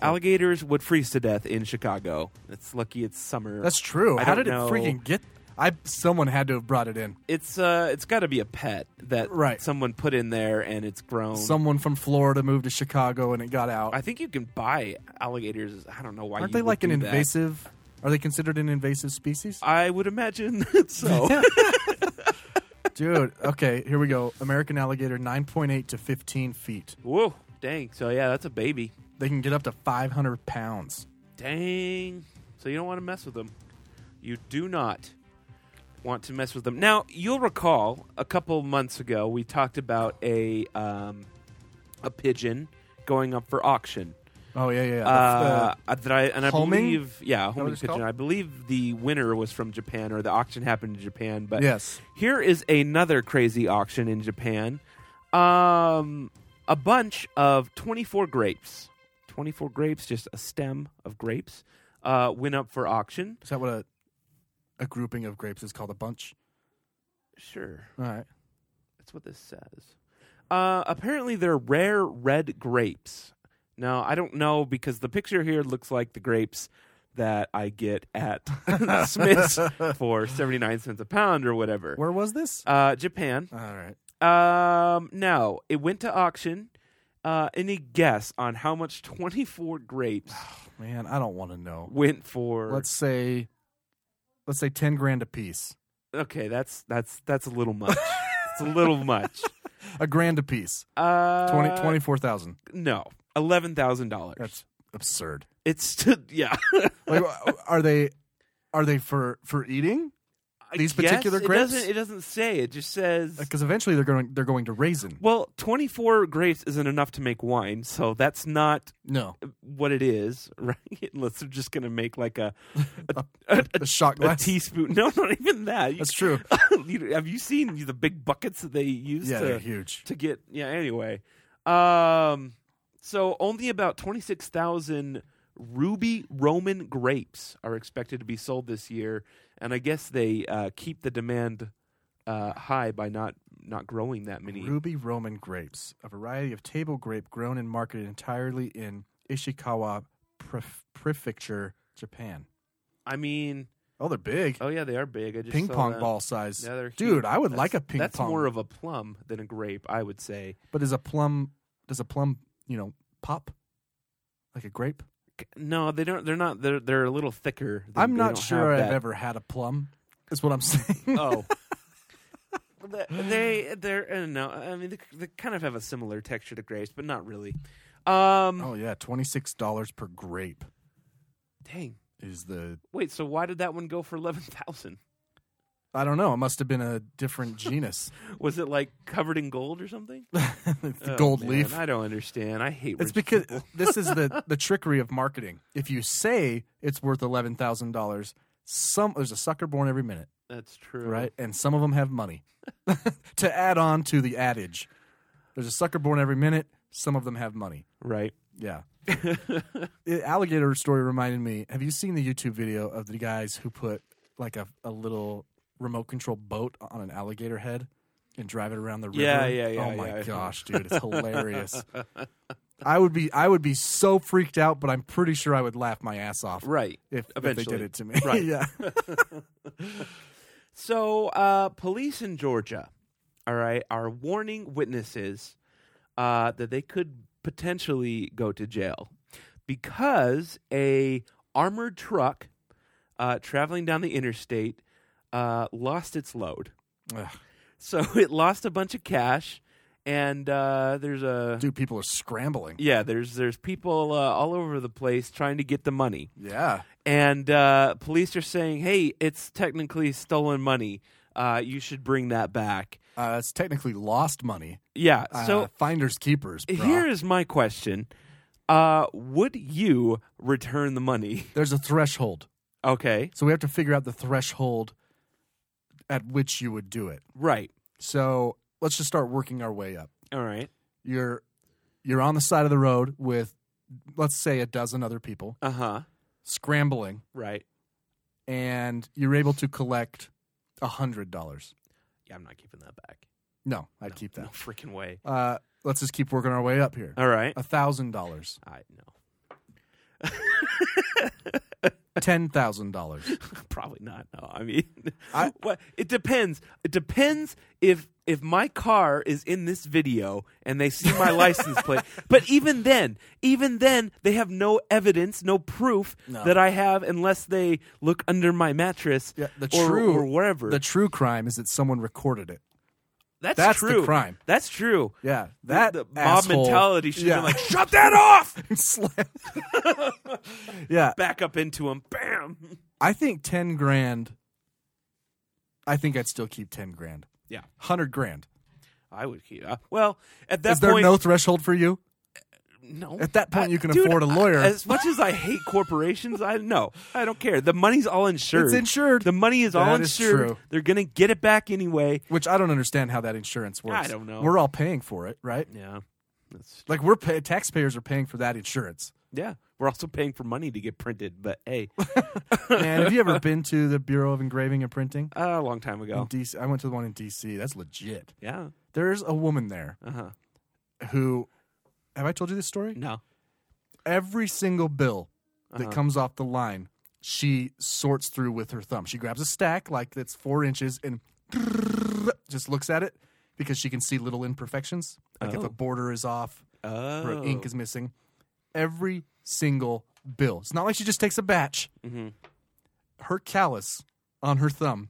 [SPEAKER 8] alligators would freeze to death in Chicago. It's lucky it's summer.
[SPEAKER 5] That's true.
[SPEAKER 8] I
[SPEAKER 5] How
[SPEAKER 8] don't
[SPEAKER 5] did
[SPEAKER 8] know.
[SPEAKER 5] it freaking get? I someone had to have brought it in.
[SPEAKER 8] It's uh, it's got to be a pet that
[SPEAKER 5] Right.
[SPEAKER 8] someone put in there and it's grown.
[SPEAKER 5] Someone from Florida moved to Chicago and it got out.
[SPEAKER 8] I think you can buy alligators. I don't know why.
[SPEAKER 5] Aren't
[SPEAKER 8] you
[SPEAKER 5] they
[SPEAKER 8] would
[SPEAKER 5] like an
[SPEAKER 8] do that.
[SPEAKER 5] invasive? Are they considered an invasive species?
[SPEAKER 8] I would imagine that so.
[SPEAKER 5] Dude, okay, here we go. American alligator, nine point eight to fifteen feet.
[SPEAKER 8] Whoa, dang. So yeah, that's a baby.
[SPEAKER 5] They can get up to five hundred pounds.
[SPEAKER 8] Dang. So you don't want to mess with them. You do not want to mess with them. Now you'll recall a couple months ago we talked about a um, a pigeon going up for auction.
[SPEAKER 5] Oh yeah, yeah. yeah.
[SPEAKER 8] Uh,
[SPEAKER 5] That's,
[SPEAKER 8] uh, that I, and I
[SPEAKER 5] homing?
[SPEAKER 8] believe, yeah,
[SPEAKER 5] what
[SPEAKER 8] homing
[SPEAKER 5] it's
[SPEAKER 8] pigeon.
[SPEAKER 5] called?
[SPEAKER 8] I believe the winner was from Japan, or the auction happened in Japan. But
[SPEAKER 5] Yes.
[SPEAKER 8] here is another crazy auction in Japan. Um, a bunch of twenty-four grapes, twenty-four grapes, just a stem of grapes, uh, went up for auction.
[SPEAKER 5] is that what a a grouping of grapes is called? A bunch.
[SPEAKER 8] Sure,
[SPEAKER 5] All right.
[SPEAKER 8] that's what this says. Uh, apparently, they're rare red grapes. Now, I don't know because the picture here looks like the grapes that I get at Smith's for 79 cents a pound or whatever.
[SPEAKER 5] Where was this?
[SPEAKER 8] Uh, Japan.
[SPEAKER 5] All right.
[SPEAKER 8] Um, now, it went to auction. Uh, any guess on how much 24 grapes
[SPEAKER 5] Man, I don't want to know.
[SPEAKER 8] went for?
[SPEAKER 5] Let's say, let's say ten grand a piece.
[SPEAKER 8] okay, that's that's that's a little much. it's a little much.
[SPEAKER 5] A grand a piece.
[SPEAKER 8] Uh,
[SPEAKER 5] 20, 24,000.
[SPEAKER 8] No, eleven thousand dollars.
[SPEAKER 5] That's absurd.
[SPEAKER 8] It's st- yeah.
[SPEAKER 5] Like, uh, are they are they for for eating? These
[SPEAKER 8] Yes,
[SPEAKER 5] particular grapes?
[SPEAKER 8] It doesn't, it doesn't say. It just says.
[SPEAKER 5] Because eventually they're going they're going to raisin.
[SPEAKER 8] Well, 24 grapes isn't enough to make wine, so that's not
[SPEAKER 5] No,
[SPEAKER 8] what it is, right? Unless they're just going to make like a a, a,
[SPEAKER 5] a shot
[SPEAKER 8] a
[SPEAKER 5] glass.
[SPEAKER 8] teaspoon. No, not even that. You-
[SPEAKER 5] That's true.
[SPEAKER 8] you- have you seen the big buckets that they use
[SPEAKER 5] Yeah, they're
[SPEAKER 8] to,
[SPEAKER 5] huge.
[SPEAKER 8] to get? Yeah, anyway. Um, so only about 26,000 ruby Roman grapes are expected to be sold this year. And I guess they uh, keep the demand uh, high by not, not growing that many.
[SPEAKER 5] Ruby Roman grapes, a variety of table grape grown and marketed entirely in Ishikawa Pref- Prefecture, Japan.
[SPEAKER 8] I mean,
[SPEAKER 5] oh, they're big.
[SPEAKER 8] Oh yeah, they are big. I just
[SPEAKER 5] Ping
[SPEAKER 8] saw
[SPEAKER 5] pong
[SPEAKER 8] that.
[SPEAKER 5] ball size.
[SPEAKER 8] Yeah, they're
[SPEAKER 5] Dude,
[SPEAKER 8] huge.
[SPEAKER 5] I would
[SPEAKER 8] That's-
[SPEAKER 5] like a ping
[SPEAKER 8] That's
[SPEAKER 5] pong.
[SPEAKER 8] more of a plum than a grape, I would say.
[SPEAKER 5] But is a plum does a plum you know pop like a grape?
[SPEAKER 8] No, they don't. They're not. They're they're a little thicker. They-
[SPEAKER 5] I'm
[SPEAKER 8] they
[SPEAKER 5] not
[SPEAKER 8] don't
[SPEAKER 5] sure
[SPEAKER 8] have
[SPEAKER 5] I've
[SPEAKER 8] that-
[SPEAKER 5] ever had a plum. That's what I'm saying.
[SPEAKER 8] Oh. they they're I don't know. I mean, they, they kind of have a similar texture to grapes, but not really. Um,
[SPEAKER 5] oh yeah, twenty six dollars per grape
[SPEAKER 8] dang.
[SPEAKER 5] is the
[SPEAKER 8] Wait, so why did that one go for eleven thousand?
[SPEAKER 5] I don't know. It must have been a different genus.
[SPEAKER 8] Was it like covered in gold or something? Oh,
[SPEAKER 5] It's the gold
[SPEAKER 8] man,
[SPEAKER 5] leaf.
[SPEAKER 8] I don't understand. I hate.
[SPEAKER 5] It's
[SPEAKER 8] rich
[SPEAKER 5] because
[SPEAKER 8] people.
[SPEAKER 5] this is the the trickery of marketing. If you say it's worth eleven thousand dollars, some there's a sucker born every minute,
[SPEAKER 8] that's true,
[SPEAKER 5] right? And some of them have money. to add on to the adage, there's a sucker born every minute. Some of them have money.
[SPEAKER 8] Right.
[SPEAKER 5] Yeah. The alligator story reminded me. Have you seen the YouTube video of the guys who put like a, a little remote control boat on an alligator head and drive it around the river?
[SPEAKER 8] Yeah, yeah, yeah,
[SPEAKER 5] Oh my
[SPEAKER 8] yeah.
[SPEAKER 5] gosh, dude, it's hilarious. I would be I would be so freaked out, but I'm pretty sure I would laugh my ass off.
[SPEAKER 8] Right.
[SPEAKER 5] If, if they
[SPEAKER 8] Eventually.
[SPEAKER 5] did it to me.
[SPEAKER 8] Right.
[SPEAKER 5] yeah.
[SPEAKER 8] So, uh, police in Georgia, all right, are warning witnesses uh, that they could potentially go to jail because a armored truck uh, traveling down the interstate uh, lost its load.
[SPEAKER 5] Ugh.
[SPEAKER 8] So it lost a bunch of cash, and uh, there's a
[SPEAKER 5] Dude, people are scrambling.
[SPEAKER 8] yeah, there's there's people uh, all over the place trying to get the money
[SPEAKER 5] Yeah.
[SPEAKER 8] and uh, police are saying, "Hey, it's technically stolen money. Uh, you should bring that back."
[SPEAKER 5] Uh, it's technically lost money.
[SPEAKER 8] Yeah.
[SPEAKER 5] Uh,
[SPEAKER 8] so
[SPEAKER 5] finders keepers. brah.
[SPEAKER 8] here is my question: uh, Would you return the money?
[SPEAKER 5] There's a threshold.
[SPEAKER 8] Okay.
[SPEAKER 5] So we have to figure out the threshold at which you would do it.
[SPEAKER 8] Right.
[SPEAKER 5] So let's just start working our way up.
[SPEAKER 8] All right.
[SPEAKER 5] You're you're on the side of the road with let's say a dozen other people
[SPEAKER 8] Uh huh.
[SPEAKER 5] scrambling
[SPEAKER 8] Right.
[SPEAKER 5] and you're able to collect a hundred dollars.
[SPEAKER 8] Yeah, I'm not keeping that back.
[SPEAKER 5] No, I'd keep
[SPEAKER 8] No
[SPEAKER 5] that.
[SPEAKER 8] freaking way.
[SPEAKER 5] Uh, let's just keep working our way up here.
[SPEAKER 8] All right.
[SPEAKER 5] A thousand dollars.
[SPEAKER 8] I no.
[SPEAKER 5] Ten thousand dollars.
[SPEAKER 8] Probably not. No. I mean,
[SPEAKER 5] I-
[SPEAKER 8] what? It depends. It depends if if my car is in this video and they see my license plate. But even then, even then, they have no evidence, no proof
[SPEAKER 5] No.
[SPEAKER 8] that I have, unless they look under my mattress
[SPEAKER 5] Yeah, the
[SPEAKER 8] or,
[SPEAKER 5] true
[SPEAKER 8] or wherever.
[SPEAKER 5] The true crime is that someone recorded it.
[SPEAKER 8] that's,
[SPEAKER 5] that's the
[SPEAKER 8] true.
[SPEAKER 5] crime.
[SPEAKER 8] That's true.
[SPEAKER 5] Yeah, that
[SPEAKER 8] the mob
[SPEAKER 5] asshole-
[SPEAKER 8] mentality should
[SPEAKER 5] yeah.
[SPEAKER 8] have been like, shut that off.
[SPEAKER 5] Slam. yeah,
[SPEAKER 8] Back up into him. Bam.
[SPEAKER 5] I think ten grand. I think I'd still keep ten grand.
[SPEAKER 8] Yeah.
[SPEAKER 5] hundred grand.
[SPEAKER 8] I would keep. Uh, well, at that
[SPEAKER 5] Is there
[SPEAKER 8] point,
[SPEAKER 5] no threshold for you?
[SPEAKER 8] No.
[SPEAKER 5] At that point, you can
[SPEAKER 8] dude,
[SPEAKER 5] afford a
[SPEAKER 8] I-
[SPEAKER 5] lawyer.
[SPEAKER 8] as much as I hate corporations, I no, I don't care. The money's all insured.
[SPEAKER 5] It's insured.
[SPEAKER 8] The money is all
[SPEAKER 5] That is
[SPEAKER 8] insured.
[SPEAKER 5] true.
[SPEAKER 8] They're gonna get it back anyway.
[SPEAKER 5] Which I don't understand how that insurance works.
[SPEAKER 8] I don't know.
[SPEAKER 5] We're all paying for it, right?
[SPEAKER 8] Yeah, that's
[SPEAKER 5] Like we're pay- taxpayers are paying for that insurance.
[SPEAKER 8] yeah. We're also paying for money to get printed, but hey, uh,
[SPEAKER 5] Man, have you ever been to the Bureau of Engraving and Printing?
[SPEAKER 8] uh, a long time
[SPEAKER 5] In
[SPEAKER 8] ago.
[SPEAKER 5] DC, I went to the one in DC. That's legit.
[SPEAKER 8] Yeah.
[SPEAKER 5] There's a woman there
[SPEAKER 8] Uh huh.
[SPEAKER 5] who. Have I told you this story?
[SPEAKER 8] No.
[SPEAKER 5] every single bill that
[SPEAKER 8] Uh-huh.
[SPEAKER 5] comes off the line, she sorts through with her thumb. She grabs a stack like that's four inches and just looks at it because she can see little imperfections, like if
[SPEAKER 8] Oh.
[SPEAKER 5] a border is off
[SPEAKER 8] Oh.
[SPEAKER 5] or ink is missing. Every single bill. It's not like she just takes a batch.
[SPEAKER 8] Mhm.
[SPEAKER 5] Her callus on her thumb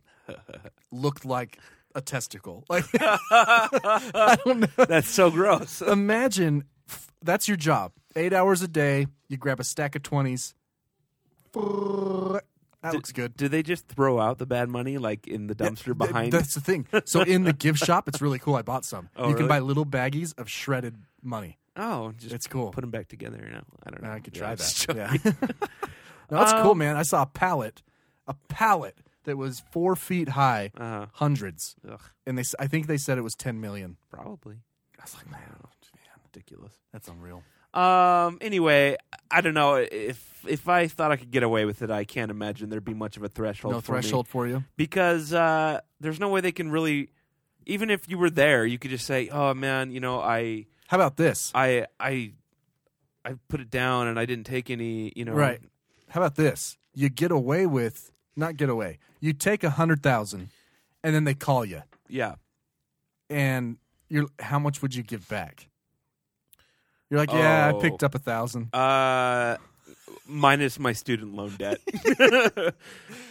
[SPEAKER 5] looked like a testicle. Like I don't know
[SPEAKER 8] That's so gross.
[SPEAKER 5] imagine f- that's your job. Eight hours a day. You grab a stack of twenties. That looks good.
[SPEAKER 8] Do they just throw out the bad money like in the dumpster
[SPEAKER 5] Th-
[SPEAKER 8] behind?
[SPEAKER 5] That's the thing. So in the gift shop, it's really cool. I bought some.
[SPEAKER 8] Oh,
[SPEAKER 5] you can
[SPEAKER 8] really?
[SPEAKER 5] buy little baggies of shredded money.
[SPEAKER 8] oh, just
[SPEAKER 5] It's cool.
[SPEAKER 8] Put them back together now. I don't know.
[SPEAKER 5] I could
[SPEAKER 8] Yeah,
[SPEAKER 5] try
[SPEAKER 8] I'm just
[SPEAKER 5] that.
[SPEAKER 8] joking.
[SPEAKER 5] Yeah. no, that's cool,
[SPEAKER 8] Um,
[SPEAKER 5] man. I saw a pallet, a pallet that was four feet high,
[SPEAKER 8] Uh-huh.
[SPEAKER 5] hundreds,
[SPEAKER 8] Ugh,
[SPEAKER 5] and they. s- I think they said it was ten million.
[SPEAKER 8] probably. I was like, Oh, man, ridiculous.
[SPEAKER 5] That's unreal.
[SPEAKER 8] Um. Anyway, I don't know if if I thought I could get away with it, I can't imagine there'd be much of a threshold.
[SPEAKER 5] no
[SPEAKER 8] for me.
[SPEAKER 5] threshold for you.
[SPEAKER 8] because uh, there's no way they can really. Even if you were there, you could just say, "Oh man, you know, I
[SPEAKER 5] How about this?
[SPEAKER 8] I I I put it down and I didn't take any, you know,
[SPEAKER 5] Right. How about this?
[SPEAKER 7] you get away with not get away. You take a hundred thousand, and then they call you,
[SPEAKER 8] Yeah.
[SPEAKER 7] and you're how much would you give back? You're like, yeah,
[SPEAKER 8] Oh.
[SPEAKER 7] I picked up a thousand.
[SPEAKER 8] Uh, minus my student loan debt.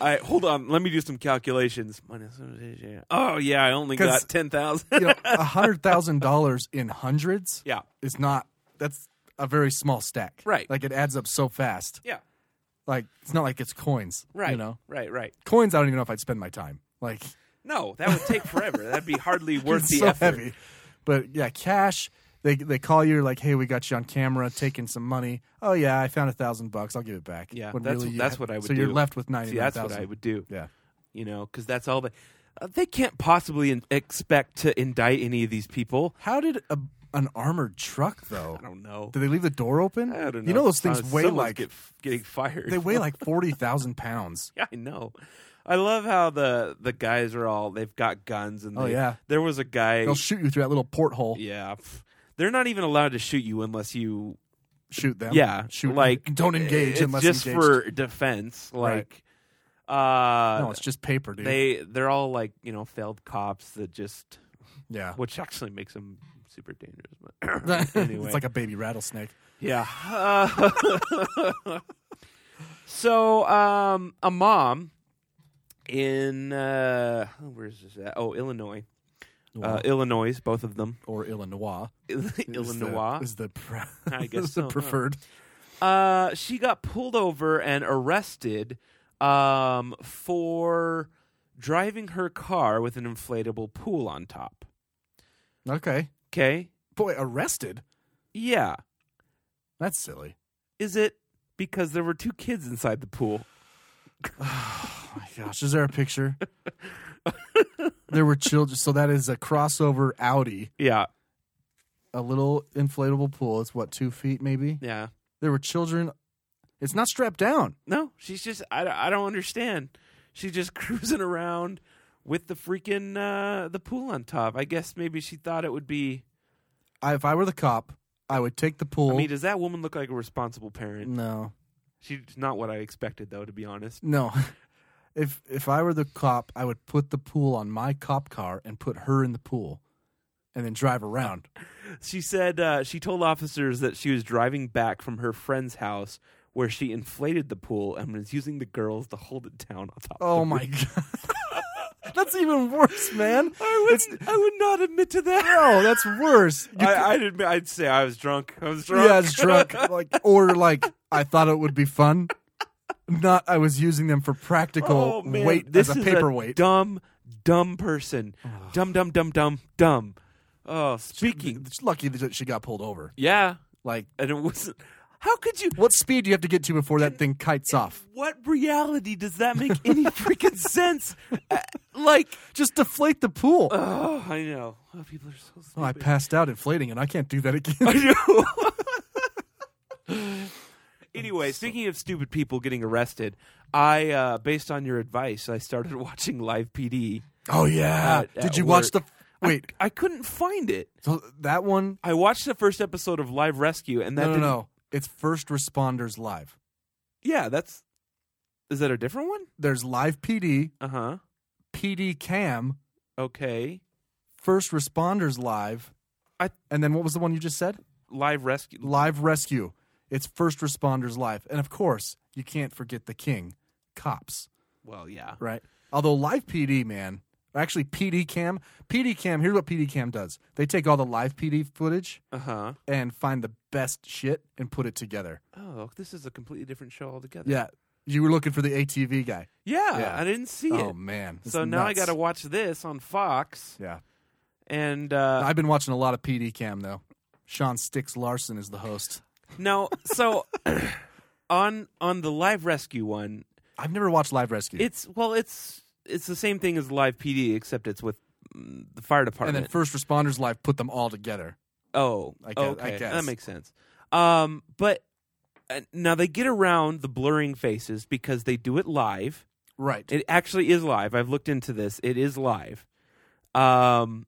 [SPEAKER 8] I hold on. Let me do some calculations. Minus. Oh yeah, I only
[SPEAKER 7] 'Cause-
[SPEAKER 8] got ten thousand.
[SPEAKER 7] you know, a hundred thousand dollars in hundreds
[SPEAKER 8] yeah.
[SPEAKER 7] is not. That's a very small stack,
[SPEAKER 8] Right.
[SPEAKER 7] Like it adds up so fast.
[SPEAKER 8] Yeah.
[SPEAKER 7] Like it's not like it's coins,
[SPEAKER 8] Right.
[SPEAKER 7] You know,
[SPEAKER 8] Right. Right.
[SPEAKER 7] coins. I don't even know if I'd spend my time. Like
[SPEAKER 8] No, that would take forever. That'd be hardly worth
[SPEAKER 7] it's
[SPEAKER 8] the
[SPEAKER 7] so
[SPEAKER 8] effort.
[SPEAKER 7] heavy. But yeah, cash. They they call you like, hey, we got you on camera, taking some money. Oh yeah, I found a thousand bucks. I'll give it back.
[SPEAKER 8] Yeah,
[SPEAKER 7] When
[SPEAKER 8] that's
[SPEAKER 7] really you
[SPEAKER 8] that's
[SPEAKER 7] had-
[SPEAKER 8] what I would.
[SPEAKER 7] So you're
[SPEAKER 8] do.
[SPEAKER 7] left with
[SPEAKER 8] See,
[SPEAKER 7] ninety.
[SPEAKER 8] that's what I would do.
[SPEAKER 7] Yeah.
[SPEAKER 8] you know, because that's all they uh, they can't possibly in- expect to indict any of these people.
[SPEAKER 7] How did a, an armored truck though?
[SPEAKER 8] I don't know.
[SPEAKER 7] Did they leave the door open?
[SPEAKER 8] I don't know.
[SPEAKER 7] You know those things
[SPEAKER 8] Uh,
[SPEAKER 7] weigh
[SPEAKER 8] someone's
[SPEAKER 7] like
[SPEAKER 8] get, getting fired.
[SPEAKER 7] they weigh like forty thousand pounds.
[SPEAKER 8] Yeah, I know. I love how the the guys are all they've got guns and
[SPEAKER 7] Oh,
[SPEAKER 8] they-
[SPEAKER 7] yeah.
[SPEAKER 8] there was a guy.
[SPEAKER 7] They'll shoot you through that little porthole.
[SPEAKER 8] yeah, pff, they're not even allowed to shoot you unless you
[SPEAKER 7] Shoot them.
[SPEAKER 8] yeah
[SPEAKER 7] Shoot.
[SPEAKER 8] like
[SPEAKER 7] and don't engage
[SPEAKER 8] it's
[SPEAKER 7] unless
[SPEAKER 8] just
[SPEAKER 7] engaged.
[SPEAKER 8] for defense like
[SPEAKER 7] Right.
[SPEAKER 8] uh
[SPEAKER 7] no, it's just paper, dude.
[SPEAKER 8] they they're all like you know failed cops that just
[SPEAKER 7] yeah.
[SPEAKER 8] which actually makes them super dangerous but anyway.
[SPEAKER 7] it's like a baby rattlesnake.
[SPEAKER 8] Yeah. Uh, so, um, a mom in uh, where is this at? Oh, Illinois. Uh, Illinois, both of them.
[SPEAKER 7] or Illinois.
[SPEAKER 8] Illinois.
[SPEAKER 7] is the, is the pre-
[SPEAKER 8] I guess
[SPEAKER 7] is
[SPEAKER 8] so, huh?
[SPEAKER 7] the preferred.
[SPEAKER 8] Uh, she got pulled over and arrested um, for driving her car with an inflatable pool on top.
[SPEAKER 7] Okay,
[SPEAKER 8] Okay.
[SPEAKER 7] boy, arrested.
[SPEAKER 8] Yeah.
[SPEAKER 7] That's silly.
[SPEAKER 8] Is it because there were two kids inside the pool?
[SPEAKER 7] Oh my gosh, is there a picture? there were children, so that is a crossover Audi,
[SPEAKER 8] Yeah.
[SPEAKER 7] a little inflatable pool. It's what two feet maybe.
[SPEAKER 8] Yeah.
[SPEAKER 7] There were children. It's not strapped down.
[SPEAKER 8] No, she's just I, I don't understand. She's just cruising around with the freaking uh the pool on top. I guess maybe she thought it would be
[SPEAKER 7] I, if I were the cop, I would take the pool.
[SPEAKER 8] I mean, does that woman look like a responsible parent?
[SPEAKER 7] no,
[SPEAKER 8] She's not what I expected though, to be honest.
[SPEAKER 7] no. If if I were the cop, I would put the pool on my cop car and put her in the pool, and then drive around.
[SPEAKER 8] She said uh she told officers that she was driving back from her friend's house where she inflated the pool and was using the girls to hold it down on top.
[SPEAKER 7] Oh
[SPEAKER 8] of the
[SPEAKER 7] my god. That's even worse, man.
[SPEAKER 8] I would I would not admit to that.
[SPEAKER 7] No, that's worse. You
[SPEAKER 8] I, I'd admit, I'd say I was drunk. I was
[SPEAKER 7] c-
[SPEAKER 8] drunk.
[SPEAKER 7] Yeah, it's drunk. Like or like I thought it would be fun. Not I was using them for practical
[SPEAKER 8] Oh, man.
[SPEAKER 7] weight
[SPEAKER 8] this
[SPEAKER 7] as a
[SPEAKER 8] is
[SPEAKER 7] paperweight.
[SPEAKER 8] dumb, dumb person. Dumb, dumb, dumb, dumb, dumb. Oh, speaking.
[SPEAKER 7] It's lucky that she got pulled over.
[SPEAKER 8] Yeah,
[SPEAKER 7] Like
[SPEAKER 8] and it wasn't. How could you?
[SPEAKER 7] what speed do you have to get to before that thing kites off?
[SPEAKER 8] What reality does that make any freaking sense? Uh, like,
[SPEAKER 7] Just deflate the pool.
[SPEAKER 8] oh, I know. Oh, people are so
[SPEAKER 7] oh, I
[SPEAKER 8] stupid.
[SPEAKER 7] passed out inflating and I can't do that again.
[SPEAKER 8] I know.
[SPEAKER 7] Oh,
[SPEAKER 8] anyway, speaking of stupid people getting arrested, I, uh, based on your advice, I started watching Live PD.
[SPEAKER 7] oh yeah.
[SPEAKER 8] At- at
[SPEAKER 7] Did you watch the
[SPEAKER 8] work.
[SPEAKER 7] Wait,
[SPEAKER 8] I couldn't find it.
[SPEAKER 7] so that one
[SPEAKER 8] I watched the first episode of Live Rescue, and that
[SPEAKER 7] No, no,
[SPEAKER 8] didn't-
[SPEAKER 7] no. It's first responders live.
[SPEAKER 8] Yeah, that's. Is that a different one?
[SPEAKER 7] There's live PD,
[SPEAKER 8] Uh huh.
[SPEAKER 7] PD Cam,
[SPEAKER 8] Okay.
[SPEAKER 7] First Responders Live,
[SPEAKER 8] I-
[SPEAKER 7] and then what was the one you just said?
[SPEAKER 8] Live rescue.
[SPEAKER 7] Live Rescue. It's First Responders Live, and of course you can't forget the king, cops,
[SPEAKER 8] Well, yeah.
[SPEAKER 7] right? Although live PD, man, or actually PD Cam, PD Cam. Here's what PD Cam does: they take all the live PD footage
[SPEAKER 8] Uh huh.
[SPEAKER 7] and find the best shit and put it together.
[SPEAKER 8] Oh, this is a completely different show altogether.
[SPEAKER 7] Yeah, you were looking for the ATV guy.
[SPEAKER 8] Yeah.
[SPEAKER 7] Yeah.
[SPEAKER 8] I didn't see
[SPEAKER 7] Oh
[SPEAKER 8] it.
[SPEAKER 7] man! it's
[SPEAKER 8] so now I
[SPEAKER 7] nuts.
[SPEAKER 8] got to watch this on Fox,
[SPEAKER 7] Yeah,
[SPEAKER 8] and uh,
[SPEAKER 7] I've been watching a lot of PD Cam though. Sean Sticks Larson is the host.
[SPEAKER 8] now so on on the live rescue one,
[SPEAKER 7] I've never watched Live Rescue.
[SPEAKER 8] it's well, it's it's the same thing as live PD except it's with mm, the fire
[SPEAKER 7] and
[SPEAKER 8] department.
[SPEAKER 7] then First Responders Live put them all together.
[SPEAKER 8] Oh,
[SPEAKER 7] I guess- I
[SPEAKER 8] okay, that
[SPEAKER 7] guess.
[SPEAKER 8] makes sense. Um, but uh, now they get around the blurring faces because they do it live.
[SPEAKER 7] Right.
[SPEAKER 8] It actually is live. I've looked into this. It is live. Um,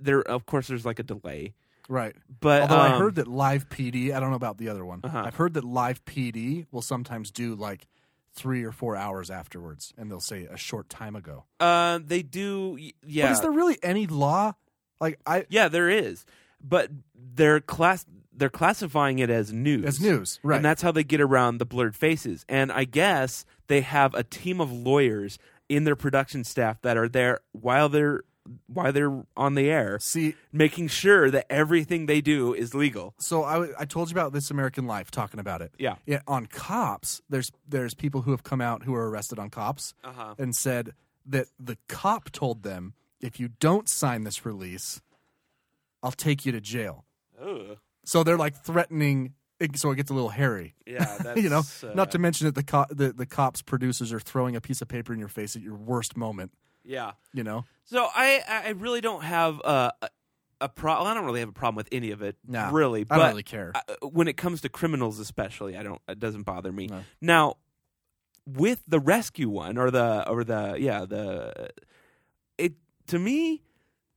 [SPEAKER 8] there, of course, there's like a delay,
[SPEAKER 7] right.
[SPEAKER 8] but
[SPEAKER 7] Although I
[SPEAKER 8] um,
[SPEAKER 7] heard that Live PD, I don't know about the other one.
[SPEAKER 8] Uh-huh.
[SPEAKER 7] I've heard that Live PD will sometimes do like three or four hours afterwards, and they'll say a short time ago.
[SPEAKER 8] Uh, they do. y- Yeah.
[SPEAKER 7] But is there really any law? Like I
[SPEAKER 8] Yeah, there is, but they're class they're classifying it as news.
[SPEAKER 7] As news, right.
[SPEAKER 8] And that's how they get around the blurred faces. And I guess they have a team of lawyers in their production staff that are there while they're while they're on the air,
[SPEAKER 7] see.
[SPEAKER 8] making sure that everything they do is legal.
[SPEAKER 7] So I, w- I told you about this American Life talking about it.
[SPEAKER 8] Yeah.
[SPEAKER 7] yeah. On cops, there's there's people who have come out who are arrested on cops
[SPEAKER 8] Uh-huh.
[SPEAKER 7] and said that the cop told them if you don't sign this release, I'll take you to jail. So they're like threatening. it- So it gets a little hairy.
[SPEAKER 8] Yeah, that's,
[SPEAKER 7] you know,
[SPEAKER 8] uh,
[SPEAKER 7] not to mention that the, co- the the cops producers are throwing a piece of paper in your face at your worst moment.
[SPEAKER 8] Yeah.
[SPEAKER 7] You know,
[SPEAKER 8] So I I really don't have uh, a a problem. I don't really have a problem with any of it.
[SPEAKER 7] Nah,
[SPEAKER 8] really,
[SPEAKER 7] I
[SPEAKER 8] but
[SPEAKER 7] don't really care.
[SPEAKER 8] I- uh, when it comes to criminals, especially, I don't. It doesn't bother me. Now, with the rescue one or the or the yeah the it to me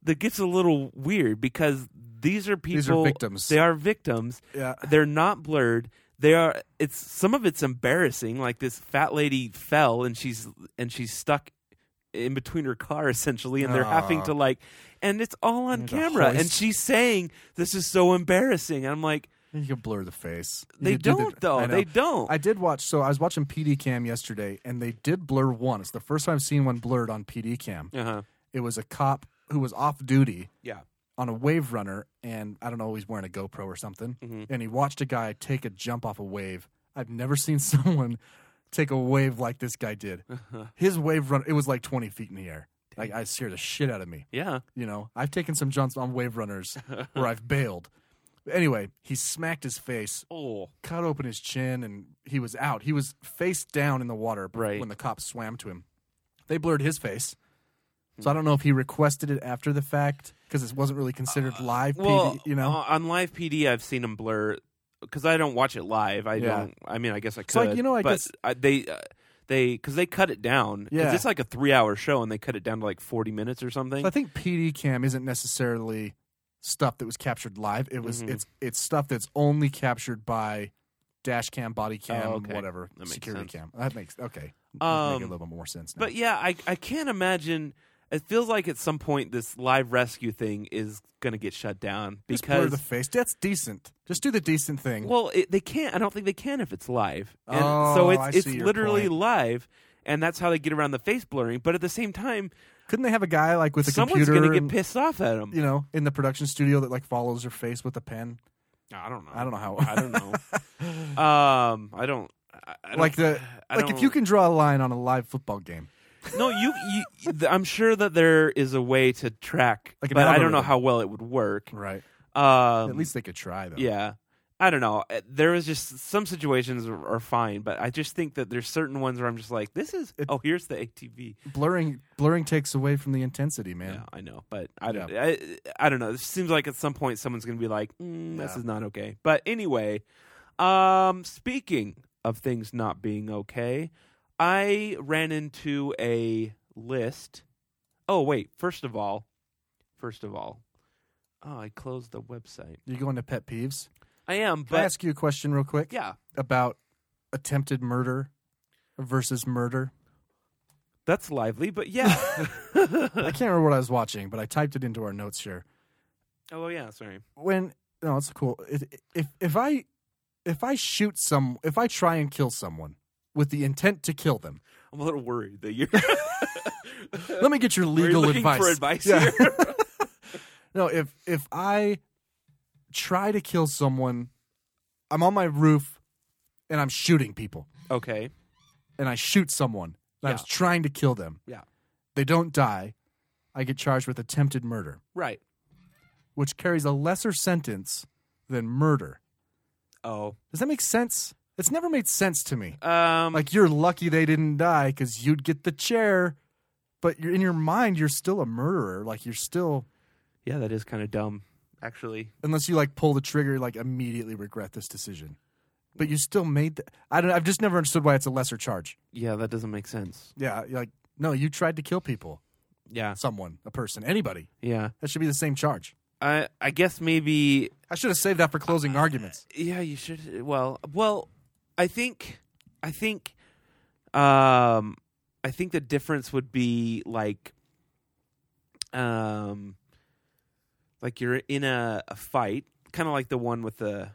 [SPEAKER 8] that gets a little weird because these are people.
[SPEAKER 7] These are victims.
[SPEAKER 8] They are victims.
[SPEAKER 7] Yeah.
[SPEAKER 8] They're not blurred. They are. It's some of it's embarrassing. Like this fat lady fell and she's and she's stuck in between her car essentially and they're having to like and it's all on
[SPEAKER 7] to
[SPEAKER 8] camera and
[SPEAKER 7] hoist.
[SPEAKER 8] she's saying this is so embarrassing and i'm like
[SPEAKER 7] you can blur the face. You
[SPEAKER 8] They
[SPEAKER 7] can do the-
[SPEAKER 8] don't, though.
[SPEAKER 7] I know.
[SPEAKER 8] They don't.
[SPEAKER 7] I did watch. So I was watching PD Cam yesterday, and they did blur one. It's the first time I've seen one blurred on PD Cam.
[SPEAKER 8] uh-huh
[SPEAKER 7] It was a cop who was off duty
[SPEAKER 8] yeah
[SPEAKER 7] on a wave runner, and I don't know, he's wearing a GoPro or something, and he watched a guy take a jump off a wave. I've never seen someone take a wave like this guy did. His wave run, it was like twenty feet in the air. Like I scared the shit out of me.
[SPEAKER 8] yeah
[SPEAKER 7] You know, I've taken some jumps on wave runners where I've bailed. Anyway, he smacked his face,
[SPEAKER 8] oh
[SPEAKER 7] cut open his chin, and he was out. He was face down in the water b-
[SPEAKER 8] Right.
[SPEAKER 7] when the cops swam to him. They blurred his face. So I don't know if he requested it after the fact because it wasn't really considered live.
[SPEAKER 8] Uh, well
[SPEAKER 7] PV, you know,
[SPEAKER 8] uh, on live pd i've seen them blur because i don't watch it live i
[SPEAKER 7] Yeah.
[SPEAKER 8] don't i mean i guess i could
[SPEAKER 7] So, like, you know, I
[SPEAKER 8] but
[SPEAKER 7] guess-
[SPEAKER 8] I, they uh, they because they cut it down 'Cause
[SPEAKER 7] Yeah.
[SPEAKER 8] it's like a three hour show and they cut it down to like 40 minutes or something
[SPEAKER 7] So I think PD cam isn't necessarily stuff that was captured live. It was
[SPEAKER 8] Mhm.
[SPEAKER 7] it's it's stuff that's only captured by dash cam, body cam,
[SPEAKER 8] Oh, okay.
[SPEAKER 7] whatever
[SPEAKER 8] That makes
[SPEAKER 7] security
[SPEAKER 8] sense.
[SPEAKER 7] cam. That makes okay.
[SPEAKER 8] Um,
[SPEAKER 7] make it a little bit more sense. Now.
[SPEAKER 8] But yeah, I I can't imagine. It feels like at some point this live rescue thing is going to get shut down
[SPEAKER 7] just blur
[SPEAKER 8] because
[SPEAKER 7] the face. That's decent. Just do the decent thing.
[SPEAKER 8] well, it, they can't. I don't think they can if it's live. And
[SPEAKER 7] Oh,
[SPEAKER 8] so
[SPEAKER 7] I
[SPEAKER 8] it's
[SPEAKER 7] see
[SPEAKER 8] it's
[SPEAKER 7] your
[SPEAKER 8] literally
[SPEAKER 7] point.
[SPEAKER 8] live, and that's how they get around the face blurring. But at the same time,
[SPEAKER 7] Couldn't they have a guy like with a
[SPEAKER 8] someone's
[SPEAKER 7] computer?
[SPEAKER 8] to get
[SPEAKER 7] and,
[SPEAKER 8] pissed off at them.
[SPEAKER 7] You know, in the production studio that like follows her face with a pen.
[SPEAKER 8] I don't know.
[SPEAKER 7] I don't know how.
[SPEAKER 8] I don't know. um, I don't. I, I don't
[SPEAKER 7] like the
[SPEAKER 8] I
[SPEAKER 7] like if
[SPEAKER 8] don't-
[SPEAKER 7] you can draw a line on a live football game.
[SPEAKER 8] No, you, you. I'm sure that there is a way to track,
[SPEAKER 7] Like an
[SPEAKER 8] but I don't know
[SPEAKER 7] algorithm.
[SPEAKER 8] how well it would work.
[SPEAKER 7] Right.
[SPEAKER 8] Um,
[SPEAKER 7] At least they could try though.
[SPEAKER 8] Yeah. I don't know. Uh, There is just some situations are, are fine, but I just think that there's certain ones where I'm just like, this is
[SPEAKER 7] It-
[SPEAKER 8] oh, here's the ATV.
[SPEAKER 7] Blurring blurring takes away from the intensity,
[SPEAKER 8] Yeah,
[SPEAKER 7] man.
[SPEAKER 8] I know, but I don't. I, I don't know. It seems like at some point someone's going to be like, mm, this
[SPEAKER 7] Yeah.
[SPEAKER 8] is not okay. But anyway, um, speaking of things not being okay, I ran into a list. Oh wait, first of all, first of all, oh, I closed the website.
[SPEAKER 7] You go into pet peeves.
[SPEAKER 8] I am,
[SPEAKER 7] Can I
[SPEAKER 8] but
[SPEAKER 7] ask you a question real quick?
[SPEAKER 8] yeah,
[SPEAKER 7] About attempted murder versus murder.
[SPEAKER 8] That's lively, but yeah.
[SPEAKER 7] I can't remember what I was watching, but I typed it into our notes here.
[SPEAKER 8] oh yeah, sorry.
[SPEAKER 7] When no, it's cool. If if, if I if I shoot some, if I try and kill someone with the intent to kill them,
[SPEAKER 8] I'm a little worried that you're
[SPEAKER 7] let me get your
[SPEAKER 8] Were you
[SPEAKER 7] legal
[SPEAKER 8] looking
[SPEAKER 7] advice.
[SPEAKER 8] for advice
[SPEAKER 7] Yeah.
[SPEAKER 8] here.
[SPEAKER 7] No, if if I try to kill someone, I'm on my roof and I'm shooting people,
[SPEAKER 8] okay.
[SPEAKER 7] and I shoot someone. And I
[SPEAKER 8] Yeah.
[SPEAKER 7] was trying to kill them.
[SPEAKER 8] Yeah.
[SPEAKER 7] they don't die, I get charged with attempted murder,
[SPEAKER 8] Right.
[SPEAKER 7] which carries a lesser sentence than murder.
[SPEAKER 8] Oh.
[SPEAKER 7] Does that make sense? It's never made sense to me.
[SPEAKER 8] Um
[SPEAKER 7] Like you're lucky they didn't die because you'd get the chair, but you're in your mind you're still a murderer. Like you're still
[SPEAKER 8] yeah, that is kind of dumb actually.
[SPEAKER 7] unless you like pull the trigger, like immediately regret this decision. But you still made the. I don't. I've just never understood why it's a lesser charge.
[SPEAKER 8] Yeah, that doesn't make sense.
[SPEAKER 7] Yeah, like no, you tried to kill people,
[SPEAKER 8] Yeah.
[SPEAKER 7] someone, a person, anybody.
[SPEAKER 8] Yeah.
[SPEAKER 7] That should be the same charge.
[SPEAKER 8] I I guess maybe
[SPEAKER 7] I should have saved that for closing arguments.
[SPEAKER 8] yeah, you should well, well, I think I think Um, I think the difference would be like, um, like you're in a, a fight, kind of like the one with the,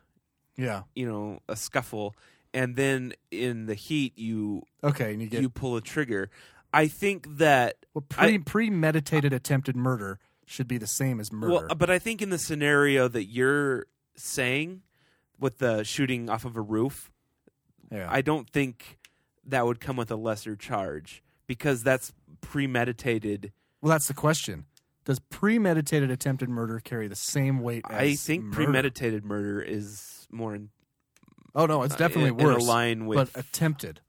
[SPEAKER 5] Yeah.
[SPEAKER 8] you know, a scuffle, and then in the heat you
[SPEAKER 5] Okay, and you get
[SPEAKER 8] you pull a trigger. I think that
[SPEAKER 5] well, pre, premeditated attempted murder should be the same as murder.
[SPEAKER 8] Well, uh, but I think in the scenario that you're saying with the shooting off of a roof,
[SPEAKER 5] yeah.
[SPEAKER 8] I don't think that would come with a lesser charge because that's premeditated.
[SPEAKER 5] well, that's the question. Does premeditated attempted murder carry the same weight? As
[SPEAKER 8] I think
[SPEAKER 5] murder?
[SPEAKER 8] premeditated murder is more in,
[SPEAKER 5] Oh no, it's
[SPEAKER 8] uh,
[SPEAKER 5] definitely
[SPEAKER 8] in,
[SPEAKER 5] worse.
[SPEAKER 8] in a line with
[SPEAKER 5] but attempted.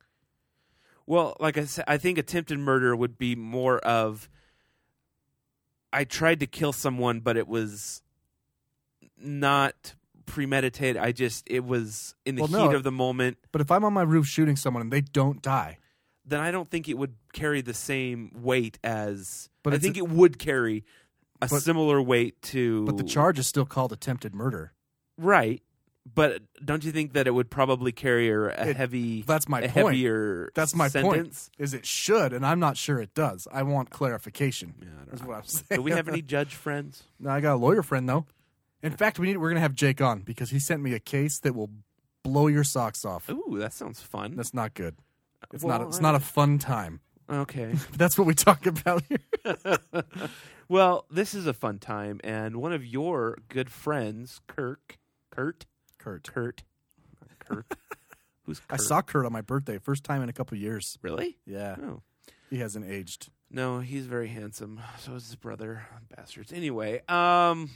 [SPEAKER 8] Well, like I said, I think attempted murder would be more of I tried to kill someone, but it was not premeditated. I just it was in the
[SPEAKER 5] Well,
[SPEAKER 8] heat
[SPEAKER 5] no.
[SPEAKER 8] of the moment.
[SPEAKER 5] But if I'm on my roof shooting someone and they don't die,
[SPEAKER 8] Then I don't think it would carry the same weight as.
[SPEAKER 5] But
[SPEAKER 8] But I
[SPEAKER 5] it's
[SPEAKER 8] think
[SPEAKER 5] a-
[SPEAKER 8] it would carry a
[SPEAKER 5] But-
[SPEAKER 8] similar weight to.
[SPEAKER 5] but the charge is still called attempted murder.
[SPEAKER 8] right? But don't you think that it would probably carry a, a
[SPEAKER 5] It-
[SPEAKER 8] heavy?
[SPEAKER 5] that's my
[SPEAKER 8] a
[SPEAKER 5] point.
[SPEAKER 8] Heavier.
[SPEAKER 5] That's my
[SPEAKER 8] sentence?
[SPEAKER 5] point. Is it should, and I'm not sure it does. I want clarification.
[SPEAKER 8] Yeah, I don't
[SPEAKER 5] is
[SPEAKER 8] know.
[SPEAKER 5] what I'm saying.
[SPEAKER 8] Do we have any judge friends?
[SPEAKER 5] No, I got a lawyer friend though. In fact, we need we're gonna have Jake on because he sent me a case that will blow your socks off.
[SPEAKER 8] Ooh, that sounds fun.
[SPEAKER 5] That's not good. It's not.
[SPEAKER 8] Well,
[SPEAKER 5] A, it's
[SPEAKER 8] I-
[SPEAKER 5] not a fun time.
[SPEAKER 8] Okay.
[SPEAKER 5] But that's what we talk about here.
[SPEAKER 8] well, this is a fun time, and one of your good friends, Kirk, Kurt,
[SPEAKER 5] Kurt.
[SPEAKER 8] Kurt, not Kirk. Who's Kurt?
[SPEAKER 5] I saw Kurt on my birthday, first time in a couple years.
[SPEAKER 8] Really?
[SPEAKER 5] Yeah,
[SPEAKER 8] Oh.
[SPEAKER 5] he hasn't aged.
[SPEAKER 8] No, he's very handsome. So is his brother. Bastards. Anyway, um,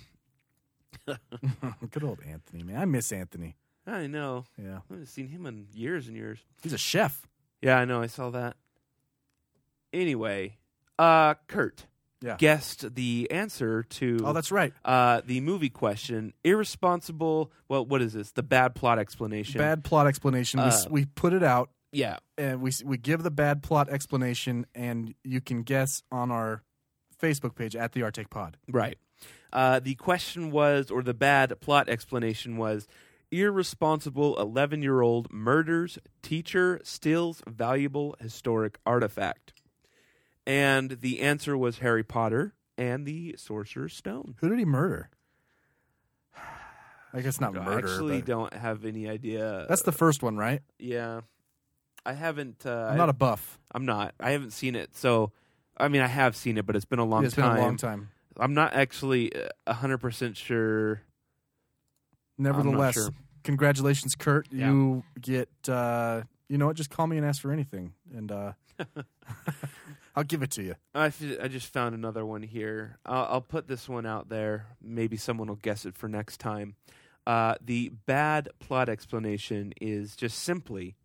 [SPEAKER 5] good old Anthony, man. I miss Anthony.
[SPEAKER 8] I know.
[SPEAKER 5] Yeah,
[SPEAKER 8] I haven't seen him in years and years.
[SPEAKER 5] he's a chef.
[SPEAKER 8] Yeah, I know. I saw that. Anyway, uh, Kurt
[SPEAKER 5] Yeah.
[SPEAKER 8] guessed the answer to
[SPEAKER 5] Oh, that's right.
[SPEAKER 8] uh, the movie question. Irresponsible. Well, what is this? The bad plot explanation.
[SPEAKER 5] Bad plot explanation. we, s-
[SPEAKER 8] Uh,
[SPEAKER 5] we put it out
[SPEAKER 8] Yeah.
[SPEAKER 5] and we s- we give the bad plot explanation, and you can guess on our Facebook page at the Arctic Pod.
[SPEAKER 8] Right. Uh, the question was, or the bad plot explanation was, irresponsible 11 year old murders teacher, steals valuable historic artifact. And the answer was Harry Potter and the Sorcerer's Stone.
[SPEAKER 5] Who did he murder? I guess not
[SPEAKER 8] I
[SPEAKER 5] murder.
[SPEAKER 8] actually
[SPEAKER 5] but-
[SPEAKER 8] don't have any idea.
[SPEAKER 5] That's the first one, right?
[SPEAKER 8] yeah. I haven't. Uh,
[SPEAKER 5] I'm not a buff.
[SPEAKER 8] I'm not. I haven't seen it. So, I mean, I have seen it, but it's been a long
[SPEAKER 5] It's
[SPEAKER 8] time.
[SPEAKER 5] been a long time.
[SPEAKER 8] I'm not actually uh, 100% sure.
[SPEAKER 5] Nevertheless,
[SPEAKER 8] sure.
[SPEAKER 5] congratulations, Kurt.
[SPEAKER 8] Yeah.
[SPEAKER 5] You get. Uh, you know what? Just call me and ask for anything, and uh, I'll give it to you.
[SPEAKER 8] I, f- I just found another one here. I'll, I'll put this one out there. Maybe someone will guess it for next time. Uh, the bad plot explanation is just simply